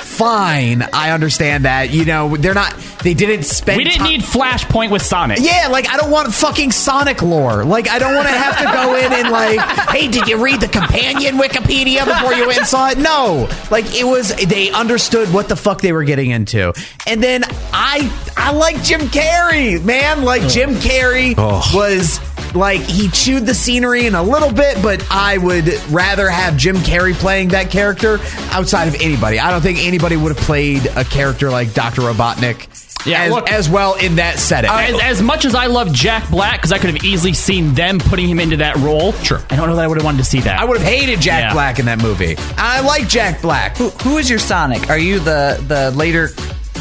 Speaker 6: Fine, I understand that. You know, they're not. They didn't spend.
Speaker 4: We didn't
Speaker 6: ti-
Speaker 4: need Flashpoint with Sonic.
Speaker 6: yeah, like I don't want fucking Sonic lore. Like I don't want to have to go in and like, hey, did you read the companion Wikipedia before you went and saw it? No, like it was they understood what the fuck they were getting into. And then I I like Jim Carrey, man.
Speaker 4: Oh.
Speaker 6: Like Jim Carrey was like he chewed the scenery in a little bit, but I would rather have Jim Carrey playing that character outside of anybody. I don't think anybody would have played a character like Dr. Robotnik.
Speaker 4: Yeah,
Speaker 6: as,
Speaker 4: look-
Speaker 6: as well in that setting.
Speaker 4: As, as much as I love Jack Black, because I could have easily seen them putting him into that role. Sure. I don't know that I would have wanted to see that.
Speaker 6: I would have hated Jack
Speaker 4: Yeah.
Speaker 6: Black in that movie. I like Jack Black.
Speaker 10: Who, who is your Sonic? Are you the the later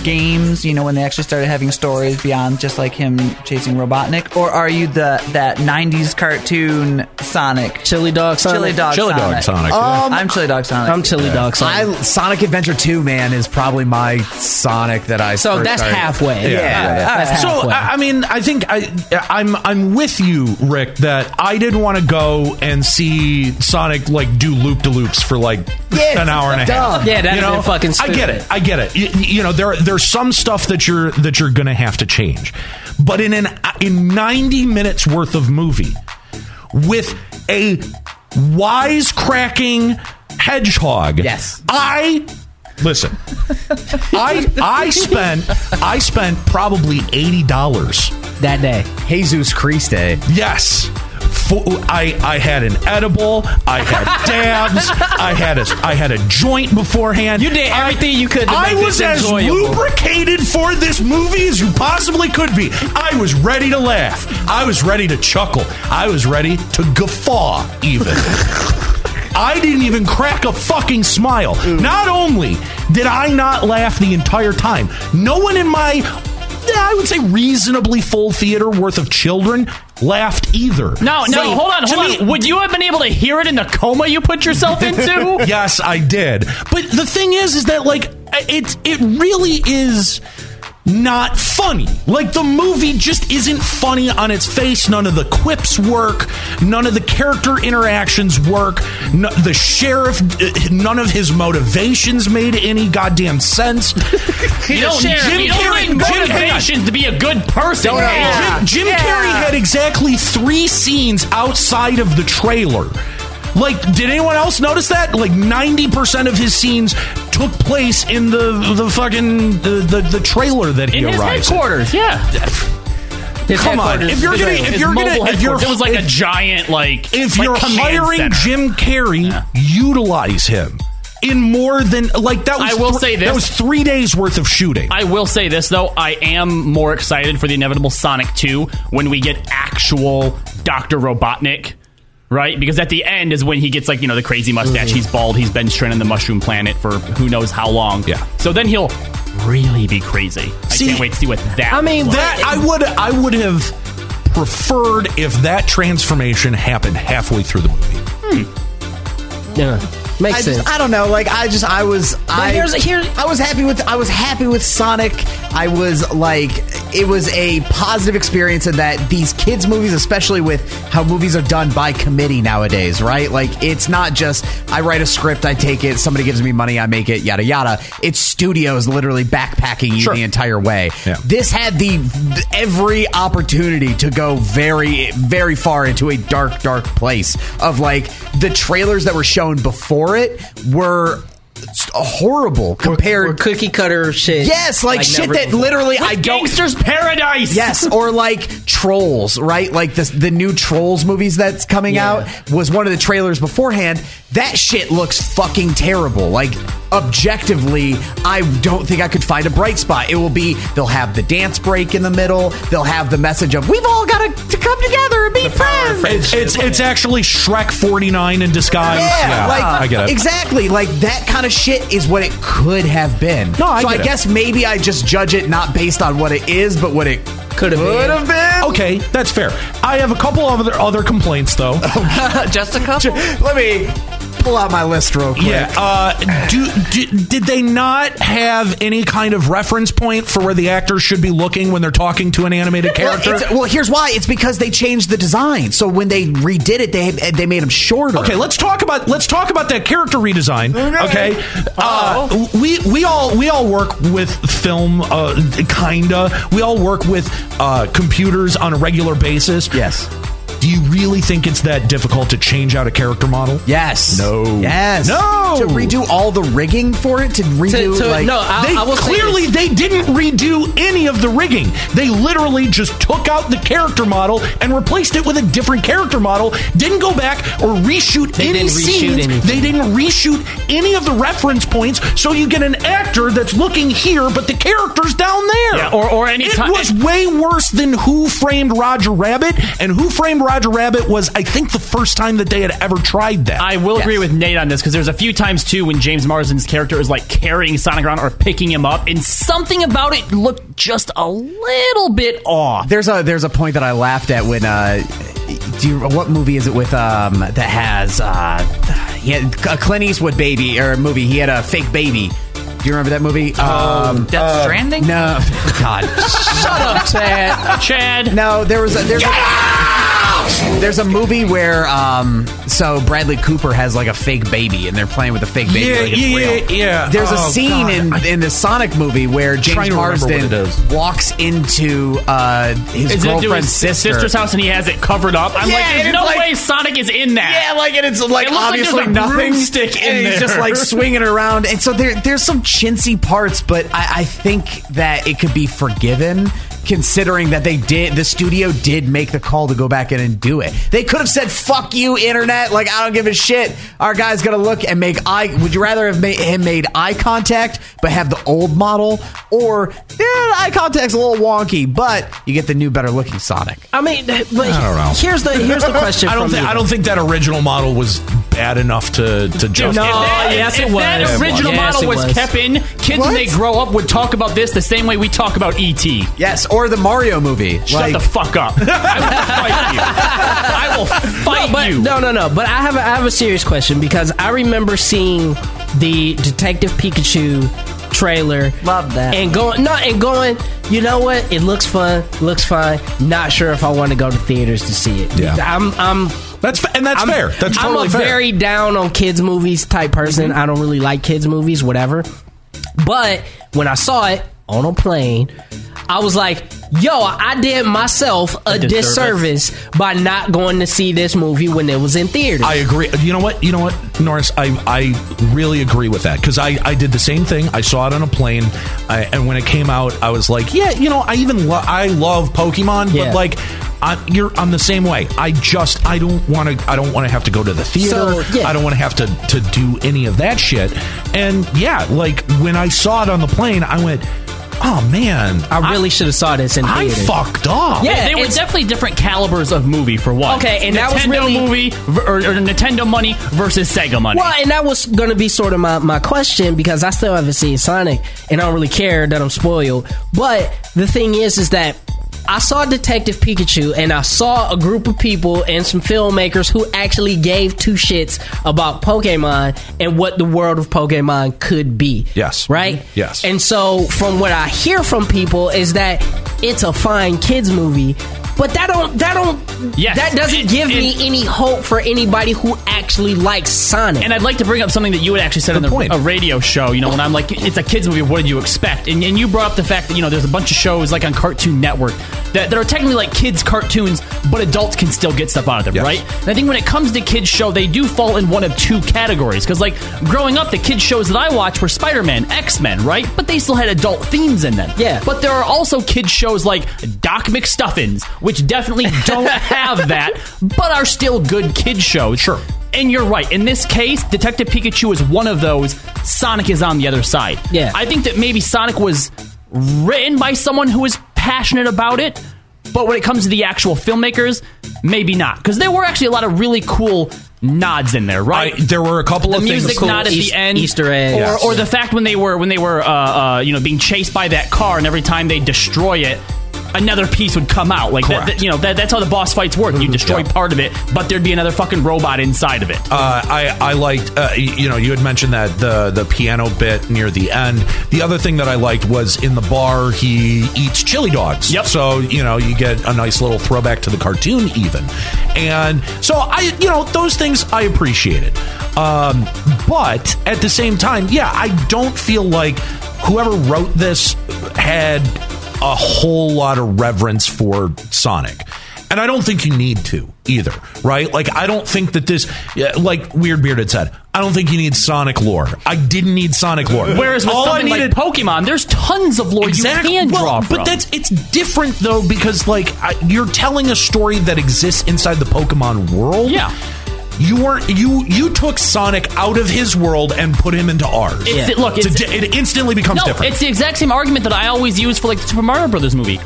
Speaker 10: games? You know when they actually started having stories beyond just like him chasing Robotnik, or are you the that '90s cartoon Sonic?
Speaker 5: Chili dog, Sonic.
Speaker 10: Chili dog,
Speaker 3: Chili Dog
Speaker 10: Sonic.
Speaker 3: Sonic.
Speaker 10: I'm chili dog Sonic.
Speaker 5: I'm chili dog. Sonic.
Speaker 6: Um, I Sonic Adventure 2, man, is probably my Sonic that I
Speaker 5: So
Speaker 6: first
Speaker 5: that's
Speaker 6: started-
Speaker 5: halfway.
Speaker 6: Yeah. uh,
Speaker 5: That's halfway.
Speaker 3: So I, I mean, I think I I'm I'm with you, Rick. That I didn't want to go and see Sonic like do loop de loops for like
Speaker 6: Yes,
Speaker 3: an hour and a
Speaker 6: dumb.
Speaker 3: half.
Speaker 5: Yeah, that'd
Speaker 3: you
Speaker 5: have
Speaker 3: know,
Speaker 5: been fucking
Speaker 3: I get
Speaker 5: stupid.
Speaker 3: it. I get it. You, you know, there there's some stuff that you're that you're gonna have to change, but in an in 90 minutes worth of movie with a wisecracking hedgehog.
Speaker 6: Yes.
Speaker 3: I listen. I I spent I spent probably eighty dollars.
Speaker 5: that day.
Speaker 6: uh, Jesus eh? Christe.
Speaker 3: Yes. Fo- I, I had an edible. I had dabs. I had a I had a joint beforehand.
Speaker 5: You did everything
Speaker 3: I,
Speaker 5: you could to
Speaker 3: I
Speaker 5: make
Speaker 3: was
Speaker 5: this
Speaker 3: as
Speaker 5: enjoyable.
Speaker 3: lubricated for this movie as you possibly could be. I was ready to laugh. I was ready to chuckle. I was ready to guffaw. Even. I didn't even crack a fucking smile.
Speaker 5: Mm.
Speaker 3: Not only did I not laugh the entire time, no one in my, I would say, reasonably full theater worth of children laughed either.
Speaker 4: No, no, hold on, hold on. Would you have been able to hear it in the coma you put yourself into?
Speaker 3: yes, I did. But the thing is, is that like it it really is not funny. Like the movie just isn't funny on its face. None of the quips work. None of the character interactions work. No, the sheriff, uh, none of his motivations made any goddamn sense.
Speaker 4: You don't,
Speaker 3: Jim
Speaker 4: you don't
Speaker 3: Carrey-
Speaker 4: need
Speaker 3: Jim- hang on.
Speaker 4: motivations to be a good person.
Speaker 3: Don't-
Speaker 4: man.
Speaker 3: Jim, Jim Carrey had exactly three scenes outside of the trailer. Like, did anyone else notice that? Like, ninety percent of his scenes took place in the the fucking the the, the trailer that he
Speaker 4: in his
Speaker 3: arrives. at.
Speaker 4: headquarters. Yeah,
Speaker 3: Come on, if you're gonna if
Speaker 4: His
Speaker 3: you're
Speaker 4: mobile
Speaker 3: gonna if you're
Speaker 4: headquarters. it was like a giant like
Speaker 3: if
Speaker 4: like
Speaker 3: you're
Speaker 4: command
Speaker 3: hiring
Speaker 4: center.
Speaker 3: Jim Carrey, utilize him in more than like that. Was
Speaker 4: I will
Speaker 3: thr-
Speaker 4: say this.
Speaker 3: that was three days worth of shooting.
Speaker 4: I will say this though, I am more excited for the inevitable Sonic 2 when we get actual Dr. Robotnik, right? Because at the end is when he gets like, you know, the crazy mustache.
Speaker 6: Mm-hmm.
Speaker 4: He's bald, he's been stranded on the mushroom planet for who knows how long.
Speaker 3: Yeah.
Speaker 4: So then he'll really be crazy. I can't wait to see what that
Speaker 15: I mean,
Speaker 4: looks like.
Speaker 3: that I would I would have preferred if that transformation happened halfway through the movie.
Speaker 15: Yeah, makes
Speaker 6: I
Speaker 15: sense.
Speaker 6: just, I don't know. Like I just, I was, I,
Speaker 15: here's- here-
Speaker 6: I was happy with, I was happy with Sonic. I was like, it was a positive experience in that these kids' movies, especially with how movies are done by committee nowadays, right? Like it's not just I write a script, I take it, somebody gives me money, I make it, yada yada. It's studios literally backpacking you
Speaker 3: Sure.
Speaker 6: the entire way.
Speaker 3: Yeah.
Speaker 6: This had the every opportunity to go very, very far into a dark, dark place of like the trailers that were shown before it were s- horrible compared.
Speaker 5: Or cookie cutter shit.
Speaker 6: yes, like, shit
Speaker 5: never
Speaker 6: that
Speaker 5: before.
Speaker 6: literally I don't.
Speaker 4: Gangster's Paradise.
Speaker 6: Yes, or like Trolls, right? Like the the new Trolls movies that's coming out was one of the trailers beforehand. That shit looks fucking terrible. Like objectively, I don't think I could find a bright spot. It will be they'll have the dance break in the middle. They'll have the message of we've all got to come together and be friends.
Speaker 3: It's it's, it's actually Shrek 49 in disguise.
Speaker 6: Yeah, like
Speaker 3: I get it.
Speaker 6: exactly. Like that kind of shit is what it could have been.
Speaker 3: No, I
Speaker 6: so
Speaker 3: get
Speaker 6: I
Speaker 3: it.
Speaker 6: guess maybe I just judge it not based on what it is, but what it could
Speaker 5: have been.
Speaker 6: have been.
Speaker 3: Okay, that's fair. I have a couple of other other complaints though.
Speaker 10: Just a couple.
Speaker 6: Let me pull out my list real quick.
Speaker 3: Yeah. Uh, do, do, did they not have any kind of reference point for where the actors should be looking when they're talking to an animated
Speaker 6: Well,
Speaker 3: character?
Speaker 6: it's- well, here's why. It's because they changed the design. So when they redid it, they they made them shorter.
Speaker 3: Okay, let's talk about let's talk about that character redesign. Okay,
Speaker 6: Oh.
Speaker 3: uh, we we all we all work with film, uh, kinda. We all work with uh, computers on a regular basis.
Speaker 6: Yes.
Speaker 3: Do you really think it's that difficult to change out a character model?
Speaker 6: Yes.
Speaker 3: No.
Speaker 6: Yes.
Speaker 3: No.
Speaker 6: To redo all the rigging for it. To redo
Speaker 5: To- to-
Speaker 6: like
Speaker 5: no, I-
Speaker 3: They
Speaker 5: I will say
Speaker 3: clearly
Speaker 5: this.
Speaker 3: they didn't redo any of the rigging. They literally just took out the character model and replaced it with a different character model. Didn't go back or reshoot
Speaker 5: They
Speaker 3: any
Speaker 5: didn't reshoot
Speaker 3: scenes.
Speaker 5: anything.
Speaker 3: They didn't reshoot any of the reference points. So you get an actor that's looking here, but the character's down there.
Speaker 4: Yeah, or- or any
Speaker 3: It
Speaker 4: ti-
Speaker 3: was way worse than Who Framed Roger Rabbit, and Who Framed Roger Rabbit was, I think, the first time that they had ever tried that.
Speaker 4: I will agree with Nate on this because there's a few times too when James Marsden's character is like carrying Sonic around or picking him up, and something about it looked just a little bit off.
Speaker 6: there's a there's a point that I laughed at when uh do you what movie is it with um that has uh he had a Clint Eastwood baby or a movie he had a fake baby. Do you remember that movie? Um,
Speaker 10: Death Stranding?
Speaker 6: no, God, shut up, Chad.
Speaker 4: Chad,
Speaker 6: No, there was a, there's a, there's a movie where um so Bradley Cooper has like a fake baby and they're playing with a fake baby.
Speaker 3: Yeah,
Speaker 6: like it's
Speaker 3: yeah,
Speaker 6: real.
Speaker 3: yeah.
Speaker 6: There's a
Speaker 3: Oh,
Speaker 6: scene
Speaker 3: God.
Speaker 6: in in the Sonic movie where
Speaker 3: trying
Speaker 6: James
Speaker 3: to remember what
Speaker 6: Marsden
Speaker 3: it is.
Speaker 6: walks into uh, his
Speaker 4: is it to
Speaker 6: girlfriend's
Speaker 4: his
Speaker 6: sister.
Speaker 4: sister's house and he has it covered up. I'm
Speaker 6: Yeah,
Speaker 4: like,
Speaker 6: and
Speaker 4: there's
Speaker 6: it's
Speaker 4: no
Speaker 6: like-
Speaker 4: way Sonic is in that.
Speaker 6: Yeah, like and it's like
Speaker 4: It looks like there's
Speaker 6: obviously
Speaker 4: a
Speaker 6: nothing.
Speaker 4: broomstick in
Speaker 6: and he's
Speaker 4: there.
Speaker 6: just like swinging it around, and so there there's some chintzy parts, but I, I think that it could be forgiven considering that they did the studio did make the call to go back in and do it. They could have said "fuck you, internet," like I don't give a shit. Our guy's gonna look and make eye. Would you rather have made him made eye contact but have the old model, or yeah, the eye contact's a little wonky, but you get the new, better looking Sonic?
Speaker 5: I mean, but
Speaker 3: don't know.
Speaker 5: here's the here's the question.
Speaker 3: I don't
Speaker 5: from
Speaker 3: think
Speaker 5: me.
Speaker 3: I don't think that original model was bad enough to to
Speaker 4: Dude,
Speaker 3: justify.
Speaker 4: if that,
Speaker 17: yes,
Speaker 4: if
Speaker 17: it
Speaker 4: That
Speaker 17: was.
Speaker 4: original
Speaker 17: Yes,
Speaker 4: model
Speaker 17: it
Speaker 4: was,
Speaker 17: was.
Speaker 4: kept in. Kids when they grow up would talk about this the same way we talk about ET. Shut
Speaker 6: Yes, or the Mario movie. Like-
Speaker 4: the fuck up. I will fight you. I will fight
Speaker 5: but
Speaker 4: you.
Speaker 5: no, no, no. But I have a, I have a serious question because I remember seeing the Detective Pikachu trailer.
Speaker 10: Love that.
Speaker 5: And going no, and going. You know what? It looks fun. Looks fine. Not sure if I want to go to theaters to see it.
Speaker 3: Yeah.
Speaker 5: I'm. I'm
Speaker 3: That's fa- and that's
Speaker 5: I'm,
Speaker 3: fair. That's
Speaker 5: I'm
Speaker 3: totally
Speaker 5: a
Speaker 3: fair.
Speaker 5: very down on kids movies type person. I don't really like kids movies, whatever. But when I saw it on a plane, I was like, "Yo, I did myself a,
Speaker 4: disservice.
Speaker 5: disservice. by not going to see this movie when it was in theaters."
Speaker 3: I agree. You know what? You know what, Norris? I, I really agree with that because I, I did the same thing. I saw it on a plane, I, and when it came out, I was like, yeah, you know, I even lo- I love Pokemon,
Speaker 5: Yeah.
Speaker 3: but like. I, you're I'm the same way. I just I don't want to. I don't want to have to go to the theater.
Speaker 5: So, yeah.
Speaker 3: I don't want to have to to do any of that shit. And yeah, like when I saw it on the plane, I went, oh man,
Speaker 5: I really should have saw this in
Speaker 3: I
Speaker 5: theaters.
Speaker 3: fucked up.
Speaker 5: Yeah,
Speaker 4: they were
Speaker 5: it's-
Speaker 4: definitely different calibers of movie for one.
Speaker 5: Okay, and
Speaker 4: Nintendo
Speaker 5: that was really-
Speaker 4: movie v- or, or Nintendo money versus Sega money.
Speaker 5: Well, and that was going to be sort of my, my question because I still haven't seen Sonic and I don't really care that I'm spoiled. But the thing is, is that I saw Detective Pikachu and I saw a group of people and some filmmakers who actually gave two shits about Pokemon and what the world of Pokemon could be.
Speaker 3: Yes.
Speaker 5: Right?
Speaker 4: Mm-hmm.
Speaker 3: Yes.
Speaker 5: And so, from what I hear from people, is that it's a fine kids movie. But that don't that don't
Speaker 4: Yes.
Speaker 5: that doesn't
Speaker 4: It-
Speaker 5: give
Speaker 4: it-
Speaker 5: me any hope for anybody who actually likes Sonic.
Speaker 4: And I'd like to bring up something that you had actually said on the,
Speaker 3: point.
Speaker 4: a radio show. You know, when I'm like, it's a kids movie. What did you expect? And, and you brought up the fact that you know there's a bunch of shows like on Cartoon Network that, that are technically like kids cartoons, but adults can still get stuff out of them,
Speaker 3: Yes.
Speaker 4: right? And I think when it comes to kids show, they do fall in one of two categories because like growing up, the kids shows that I watched were Spider Man, X Men, right? But they still had adult themes in them.
Speaker 5: Yeah.
Speaker 4: But there are also kids shows like Doc McStuffins, which definitely don't have that, but are still good kid shows. Sure. And you're right. In this case, Detective Pikachu is one of those. Sonic is on the other side.
Speaker 5: Yeah.
Speaker 4: I think that maybe Sonic was written by someone who is passionate about it, but when it comes to the actual filmmakers, maybe not. Because there were actually a lot of really cool nods in there,
Speaker 3: I,
Speaker 4: right?
Speaker 3: there were a couple
Speaker 4: the
Speaker 3: of things.
Speaker 4: music not at
Speaker 5: Eas-
Speaker 4: the end,
Speaker 5: Easter eggs. Yes.
Speaker 4: or, or the fact when they were when they were uh, uh, you know being chased by that car, and every time they destroy it, another piece would come out. Like that,
Speaker 3: Correct. Mhm.
Speaker 4: that- you know that, that's how the boss fights work. You destroy part of it, but there'd be another fucking robot inside of it.
Speaker 3: Uh, I I liked uh, y- you know you had mentioned that the the piano bit near the end. The other thing that I liked was in the bar he eats chili dogs.
Speaker 4: Yep.
Speaker 3: So you know you get a nice little throwback to the cartoon even, and so I you know those things I appreciated. Um, but at the same time, yeah, I don't feel like whoever wrote this had a whole lot of reverence for Sonic. And I don't think you need to either, right? Like, I don't think that this, yeah, like Weird Beard had said, I don't think you need Sonic lore. I didn't need Sonic lore.
Speaker 4: Whereas with
Speaker 3: All I
Speaker 4: something like
Speaker 3: needed,
Speaker 4: Pokemon, there's tons of lore you can
Speaker 3: Well,
Speaker 4: draw from.
Speaker 3: But that's it's different though because like I, you're telling a story that exists inside the Pokemon world.
Speaker 4: Yeah.
Speaker 3: You weren't you you took Sonic out of his world and put him into ours.
Speaker 4: It's- Yeah. look,
Speaker 3: a
Speaker 4: it's-
Speaker 3: di- it instantly becomes
Speaker 4: no,
Speaker 3: different.
Speaker 4: it's the exact same argument that I always use for like the Super Mario Brothers movie.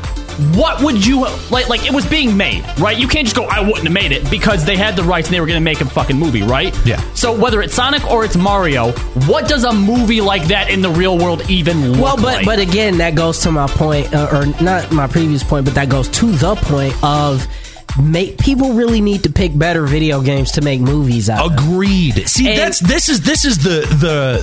Speaker 4: What would you like? Like it was being made, right? You can't just go, I wouldn't have made it because they had the rights and they were going to make a fucking movie, right?
Speaker 3: Yeah.
Speaker 4: So whether it's Sonic or it's Mario, what does a movie like that in the real world even look
Speaker 5: Well, but
Speaker 4: like?
Speaker 5: but again, that goes to my point, uh, or not my previous point, but that goes to the point of make people really need to pick better video games to make movies out. of.
Speaker 3: Agreed. See,
Speaker 5: And-
Speaker 3: that's this is this is the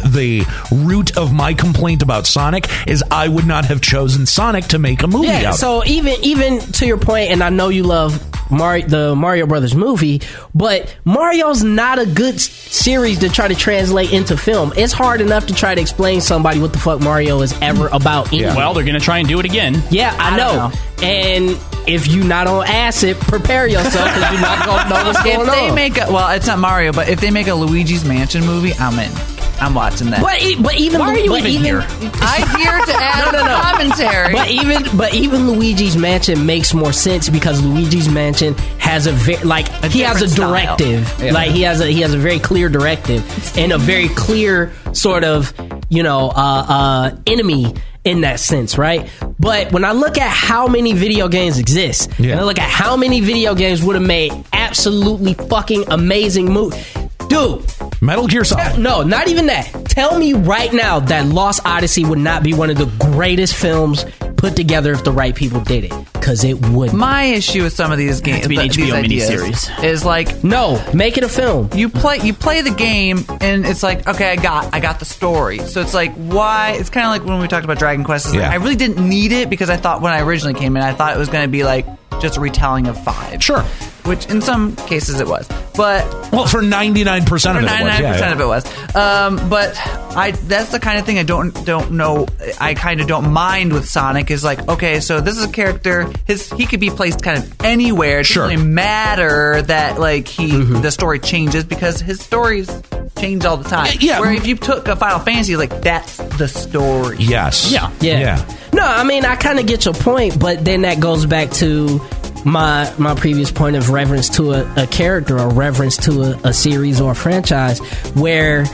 Speaker 3: the the root of my complaint about Sonic is I would not have chosen Sonic to make a movie
Speaker 5: Yeah.
Speaker 3: out. of.
Speaker 5: So even even to your point, and I know you love Mar- the Mario Brothers movie, but Mario's not a good s- series to try to translate into film. It's hard enough to try to explain somebody what the fuck Mario is ever about. Anyway.
Speaker 4: well, they're going to try and do it again.
Speaker 5: Yeah, I, know. And if you not on acid, prepare yourself because you're not gonna know what's going
Speaker 10: If they
Speaker 5: on.
Speaker 10: make a well, it's not Mario, but if they make a Luigi's Mansion movie, I'm in. I'm watching that.
Speaker 5: but e- but even
Speaker 4: Why are you
Speaker 5: but
Speaker 4: even here?
Speaker 10: I'm here to add
Speaker 5: No, no, no.
Speaker 10: commentary.
Speaker 5: But even but even Luigi's Mansion makes more sense because Luigi's Mansion has a very like he has a
Speaker 10: different style.
Speaker 5: directive.
Speaker 10: Yeah.
Speaker 5: Like he has a he has a very clear directive and a very clear sort of you know uh, uh, enemy in that sense, right? But when I look at how many video games exist, and I look at how many video games would have made absolutely fucking amazing movies. Dude, Scoop.
Speaker 3: Metal Gear Solid.
Speaker 5: No, not even that. Tell me right now that Lost Odyssey would not be one of the greatest films put together if the right people did it, because it would.
Speaker 10: My issue with some of these games,
Speaker 4: to be an
Speaker 10: th- these
Speaker 4: HBO
Speaker 10: ideas,
Speaker 4: miniseries.
Speaker 10: is like
Speaker 5: no, make it a film.
Speaker 10: You play you play the game, and it's like okay, I got I got the story. So it's like why? It's kind of like when we talked about Dragon Quest. It's like,
Speaker 3: Yeah.
Speaker 10: I really didn't need it because I thought when I originally came in, I thought it was going to be like just a retelling of five.
Speaker 3: Sure.
Speaker 10: Which in some cases it was, but
Speaker 3: Well, for 99% of it.
Speaker 10: Ninety nine percent of it was. Um, but I that's the kind of thing I don't don't know. I kind of don't mind with Sonic is like okay, so this is a character. His he could be placed kind of anywhere. It
Speaker 3: Sure. Mm-hmm.
Speaker 10: doesn't really matter that like he the story changes because his stories change all the time.
Speaker 3: Yeah, yeah.
Speaker 10: Where if you took a Final Fantasy, like that's the story.
Speaker 3: Yes.
Speaker 4: Yeah.
Speaker 5: Yeah.
Speaker 3: Yeah.
Speaker 5: No, I mean I kind of get your point, but then that goes back to my my previous point of reference to a, a character or reference to a, a series or a franchise where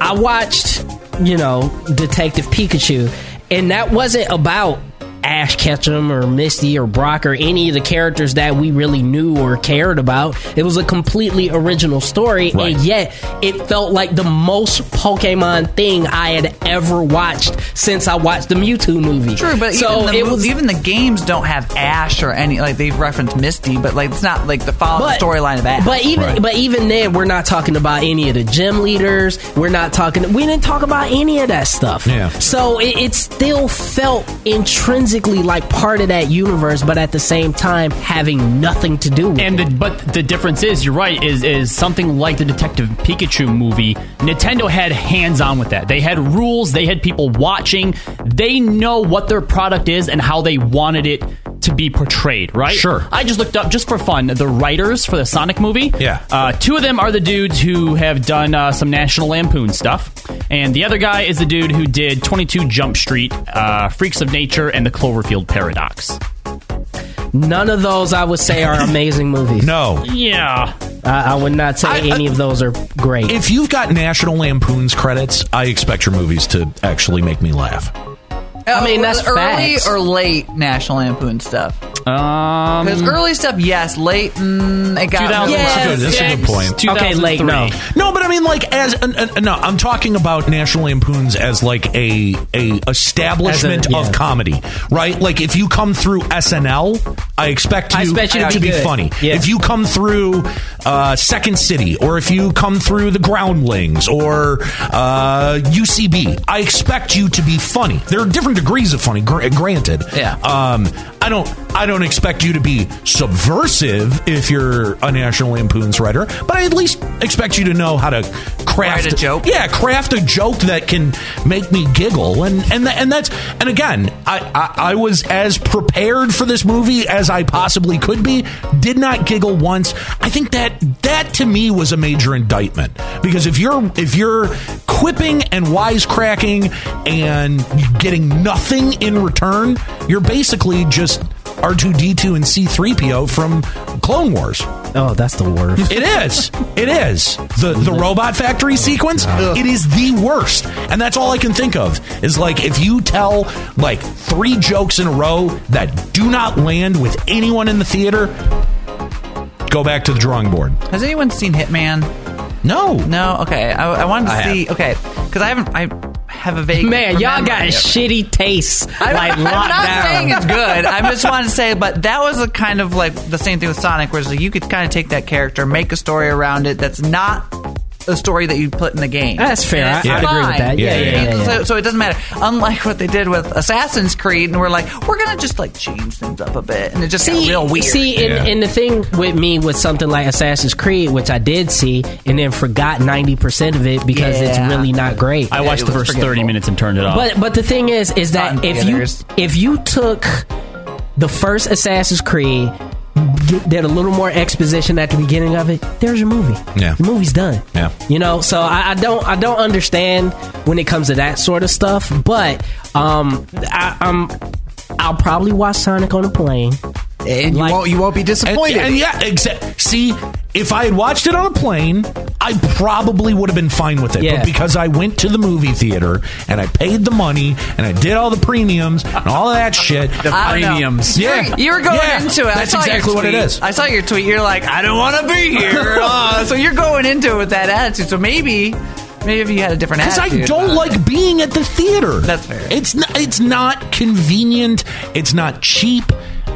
Speaker 5: I watched, you know, Detective Pikachu, and that wasn't about Ash Ketchum or Misty or Brock or any of the characters that we really knew or cared about. It was a completely original story,
Speaker 3: Right.
Speaker 5: and yet it felt like the most Pokemon thing I had ever watched since I watched the Mewtwo movie.
Speaker 10: True, but
Speaker 5: so
Speaker 10: even, the,
Speaker 5: it
Speaker 10: mo-
Speaker 5: was.
Speaker 10: even the games don't have Ash or any like they've referenced Misty, but like it's not like the follow
Speaker 5: but-
Speaker 10: storyline of Ash.
Speaker 5: But even
Speaker 3: Right.
Speaker 5: but even then, we're not talking about any of the gym leaders. We're not talking. We didn't talk about any of that stuff.
Speaker 3: Yeah.
Speaker 5: So it, it still felt intrinsically like part of that universe, but at the same time having nothing to do with
Speaker 4: And
Speaker 5: it.
Speaker 4: the, but the difference is, you're right. Is is something like the Detective Pikachu movie? Nintendo had hands on with that. They had rules. They had people watching. They know what their product is and how they wanted it to be portrayed. Right?
Speaker 3: Sure.
Speaker 4: I just looked up just for fun the writers for the Sonic movie.
Speaker 3: Yeah.
Speaker 4: Uh, two of them are the dudes who have done uh, some National Lampoon stuff, and the other guy is the dude who did 22 Jump Street, uh, Freaks of Nature, and the Cloverfield Paradox.
Speaker 5: None of those I would say are amazing movies.
Speaker 3: No.
Speaker 4: Yeah.
Speaker 5: I, I would not say
Speaker 3: I-
Speaker 5: any of those are great.
Speaker 3: If you've got National Lampoon's credits, I expect your movies to actually make me laugh.
Speaker 5: I mean, that's
Speaker 10: early
Speaker 5: facts.
Speaker 10: or late National Lampoon stuff.
Speaker 4: Um.
Speaker 10: Because early stuff, yes. Late, mm, it got.
Speaker 4: 2000.
Speaker 3: That's
Speaker 10: Yeah.
Speaker 3: good. That's a good point.
Speaker 5: Okay, late, no.
Speaker 4: 2003.
Speaker 3: No, but I mean, like, as an, an, no, I'm talking about National Lampoon's as like a a establishment
Speaker 5: As a- yeah.
Speaker 3: of comedy, right? Like, if you come through SNL, I expect you,
Speaker 5: I expect you to
Speaker 3: to
Speaker 5: be
Speaker 3: be
Speaker 5: good.
Speaker 3: funny.
Speaker 5: Yeah.
Speaker 3: If you come through uh, Second City, or if you come through the Groundlings or uh, UCB, I expect you to be funny. There are different degrees of funny, gr- granted.
Speaker 10: Yeah.
Speaker 3: Um, I don't. I don't expect you to be subversive if you're a National Lampoon's writer, but I at least expect you to know how to craft
Speaker 10: Write a joke.
Speaker 3: Yeah, craft a joke that can make me giggle, and and tha- and that's and again, I, I I was as prepared for this movie as I possibly could be. Did not giggle once. I think that that to me was a major indictment because if you're if you're quipping and wisecracking and getting nothing in return, you're basically just. R2D2 and C3PO from Clone Wars.
Speaker 5: oh, that's the worst.
Speaker 3: It is. It is. The the robot factory sequence, it is the worst. And that's all I can think of. Is like if you tell like three jokes in a row that do not land with anyone in the theater, go back to the drawing board.
Speaker 10: Has anyone seen Hitman?
Speaker 3: No.
Speaker 10: No. Okay. I, I wanted to
Speaker 3: I have.
Speaker 10: see. Okay, because I haven't. I have a vague.
Speaker 5: Man, y'all
Speaker 10: memory
Speaker 5: got
Speaker 10: of it.
Speaker 5: shitty tastes.
Speaker 10: I'm,
Speaker 5: like
Speaker 10: I'm
Speaker 5: locked
Speaker 10: not
Speaker 5: down.
Speaker 10: saying it's good. I just wanted to say, but that was a kind of like the same thing with Sonic, where it's like you could kind of take that character, make a story around it that's not a story that you put in the game.
Speaker 5: That's fair.
Speaker 10: And it's
Speaker 5: I- I'd agree with
Speaker 10: fine.
Speaker 5: that. Yeah,
Speaker 3: Yeah, yeah, yeah,
Speaker 5: yeah,
Speaker 10: So,
Speaker 5: yeah.
Speaker 10: so it doesn't matter. Unlike what they did with Assassin's Creed, and we're like, we're gonna just like change things up a bit, and it just got real weird.
Speaker 5: See, and,
Speaker 3: Yeah.
Speaker 5: and the thing with me with something like Assassin's Creed, which I did see and then forgot 90% of it because it's
Speaker 10: Yeah.
Speaker 5: really not great.
Speaker 4: I watched the first thirty minutes and turned it off.
Speaker 5: But but the thing is, is that
Speaker 10: Cotton
Speaker 5: if you
Speaker 10: pickers.
Speaker 5: if you took the first Assassin's Creed, get, did a little more exposition at the beginning of it, there's your movie.
Speaker 3: Yeah.
Speaker 5: the movie's done.
Speaker 3: Yeah.
Speaker 5: you know. So I, I don't I don't understand when it comes to that sort of stuff. But um, I, I'm I'll probably watch Sonic on a plane.
Speaker 6: And you
Speaker 5: Like-
Speaker 6: won't you won't be
Speaker 3: And,
Speaker 6: disappointed.
Speaker 3: and yeah, exactly. See, if I had watched it on a plane, I probably would have been fine with it.
Speaker 18: Yeah.
Speaker 3: But because I went to the movie theater and I paid the money and I did all the premiums and all that shit.
Speaker 6: The I don't know. premiums. You were-
Speaker 3: Yeah.
Speaker 6: you were going
Speaker 3: Yeah.
Speaker 6: into it. I
Speaker 3: That's
Speaker 6: saw your
Speaker 3: exactly what it
Speaker 6: tweet.
Speaker 3: is.
Speaker 6: I saw your tweet. You're like, I don't want to be here.
Speaker 10: Oh,
Speaker 6: Uh, so you're going into it with that attitude. So maybe, maybe if you had a different
Speaker 3: Because I
Speaker 6: attitude.
Speaker 3: don't
Speaker 6: about it.
Speaker 3: like being at the theater.
Speaker 6: That's fair.
Speaker 3: It's not, it's not convenient. It's not cheap.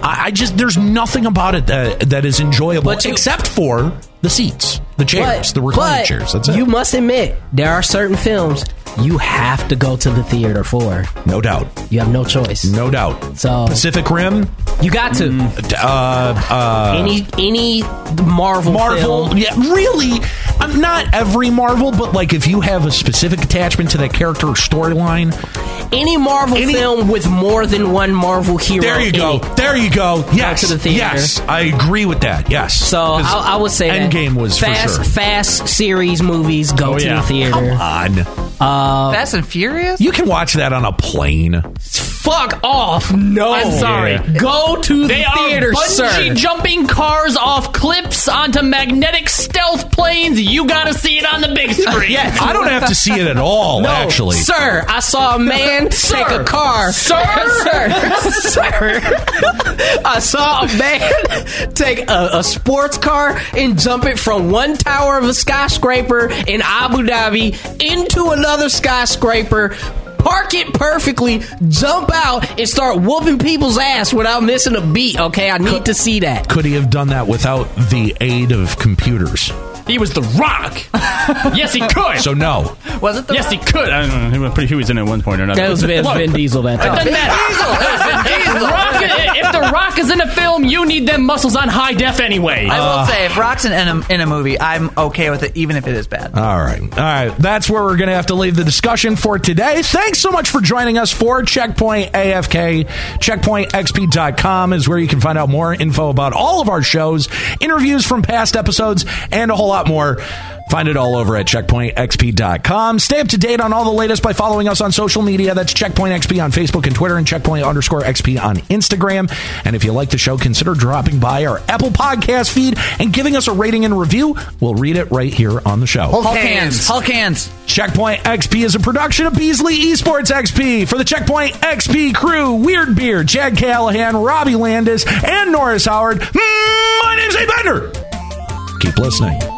Speaker 3: I, I just there's nothing about it that that is enjoyable,
Speaker 5: But you-
Speaker 3: except for the seats, the chairs, the recliner
Speaker 5: but
Speaker 3: chairs. That's it.
Speaker 5: You must admit, there are certain films you have to go to the theater for.
Speaker 3: no doubt.
Speaker 5: You have no choice.
Speaker 3: No doubt.
Speaker 5: So
Speaker 3: Pacific Rim.
Speaker 5: you got to
Speaker 3: Uh, uh,
Speaker 5: any any Marvel
Speaker 3: Marvel.
Speaker 5: film.
Speaker 3: Yeah, really. I'm not every Marvel, but like if you have a specific attachment to that character or storyline,
Speaker 5: any Marvel
Speaker 3: Any-
Speaker 5: film with more than one Marvel hero.
Speaker 3: there you
Speaker 5: in
Speaker 3: go.
Speaker 5: it.
Speaker 3: There you go. Yes.
Speaker 5: to the theater.
Speaker 3: Yes, I agree with that. Yes.
Speaker 5: So I, I would say that.
Speaker 3: Endgame was
Speaker 5: fast,
Speaker 3: for sure.
Speaker 5: fast series movies go
Speaker 4: Oh,
Speaker 5: to
Speaker 4: yeah.
Speaker 5: the theater. Uh,
Speaker 3: on.
Speaker 6: Fast and Furious.
Speaker 3: You can watch that on a plane.
Speaker 4: Fuck off. No. I'm sorry.
Speaker 3: Yeah.
Speaker 5: Go to the
Speaker 4: They
Speaker 5: theater,
Speaker 4: are bungee
Speaker 5: sir.
Speaker 4: jumping cars off cliffs onto magnetic stealth planes. You gotta see it on the big screen.
Speaker 5: Yes.
Speaker 3: I don't have to see it at all,
Speaker 5: No,
Speaker 3: actually.
Speaker 5: sir, I saw a man
Speaker 4: Sir.
Speaker 5: take a car.
Speaker 4: Sir.
Speaker 5: sir, sir. I saw a man take a, a sports car and jump it from one tower of a skyscraper in Abu Dhabi into another skyscraper. Park it perfectly, jump out, and start whooping people's ass without missing a beat. Okay, I need to see that.
Speaker 3: Could he have done that without the aid of computers?
Speaker 4: He was the rock. yes, he could.
Speaker 3: So no.
Speaker 6: Was it the?
Speaker 4: yes, he could. I don't know. I'm pretty sure he was in it at one point or another.
Speaker 5: That was Vin,
Speaker 4: Look,
Speaker 5: Vin Diesel that
Speaker 4: It
Speaker 5: time.
Speaker 4: doesn't matter. If the Rock- if the Rock is in a film, you need them muscles on high def anyway.
Speaker 6: I will say, if Rock's in a, in a movie, I'm okay with it, even if it is bad.
Speaker 3: All right. All right. That's where we're going to have to leave the discussion for today. Thanks so much for joining us for Checkpoint AFK. CheckpointXP.com is where you can find out more info about all of our shows, interviews from past episodes, and a whole lot more. Find it all over at checkpointxp.com. Stay up to date on all the latest by following us on social media. That's Checkpoint XP on Facebook and Twitter and Checkpoint underscore XP on Instagram. And if you like the show, consider dropping by our Apple Podcast feed and giving us a rating and review. We'll read it right here on the show.
Speaker 6: Hulk hands. Hulk hands.
Speaker 3: Checkpoint XP is a production of Beasley Esports XP. For the Checkpoint XP crew, Weird Beard, Chad Callahan, Robbie Landis, and Norris Howard, my name's A. Bender. Keep listening.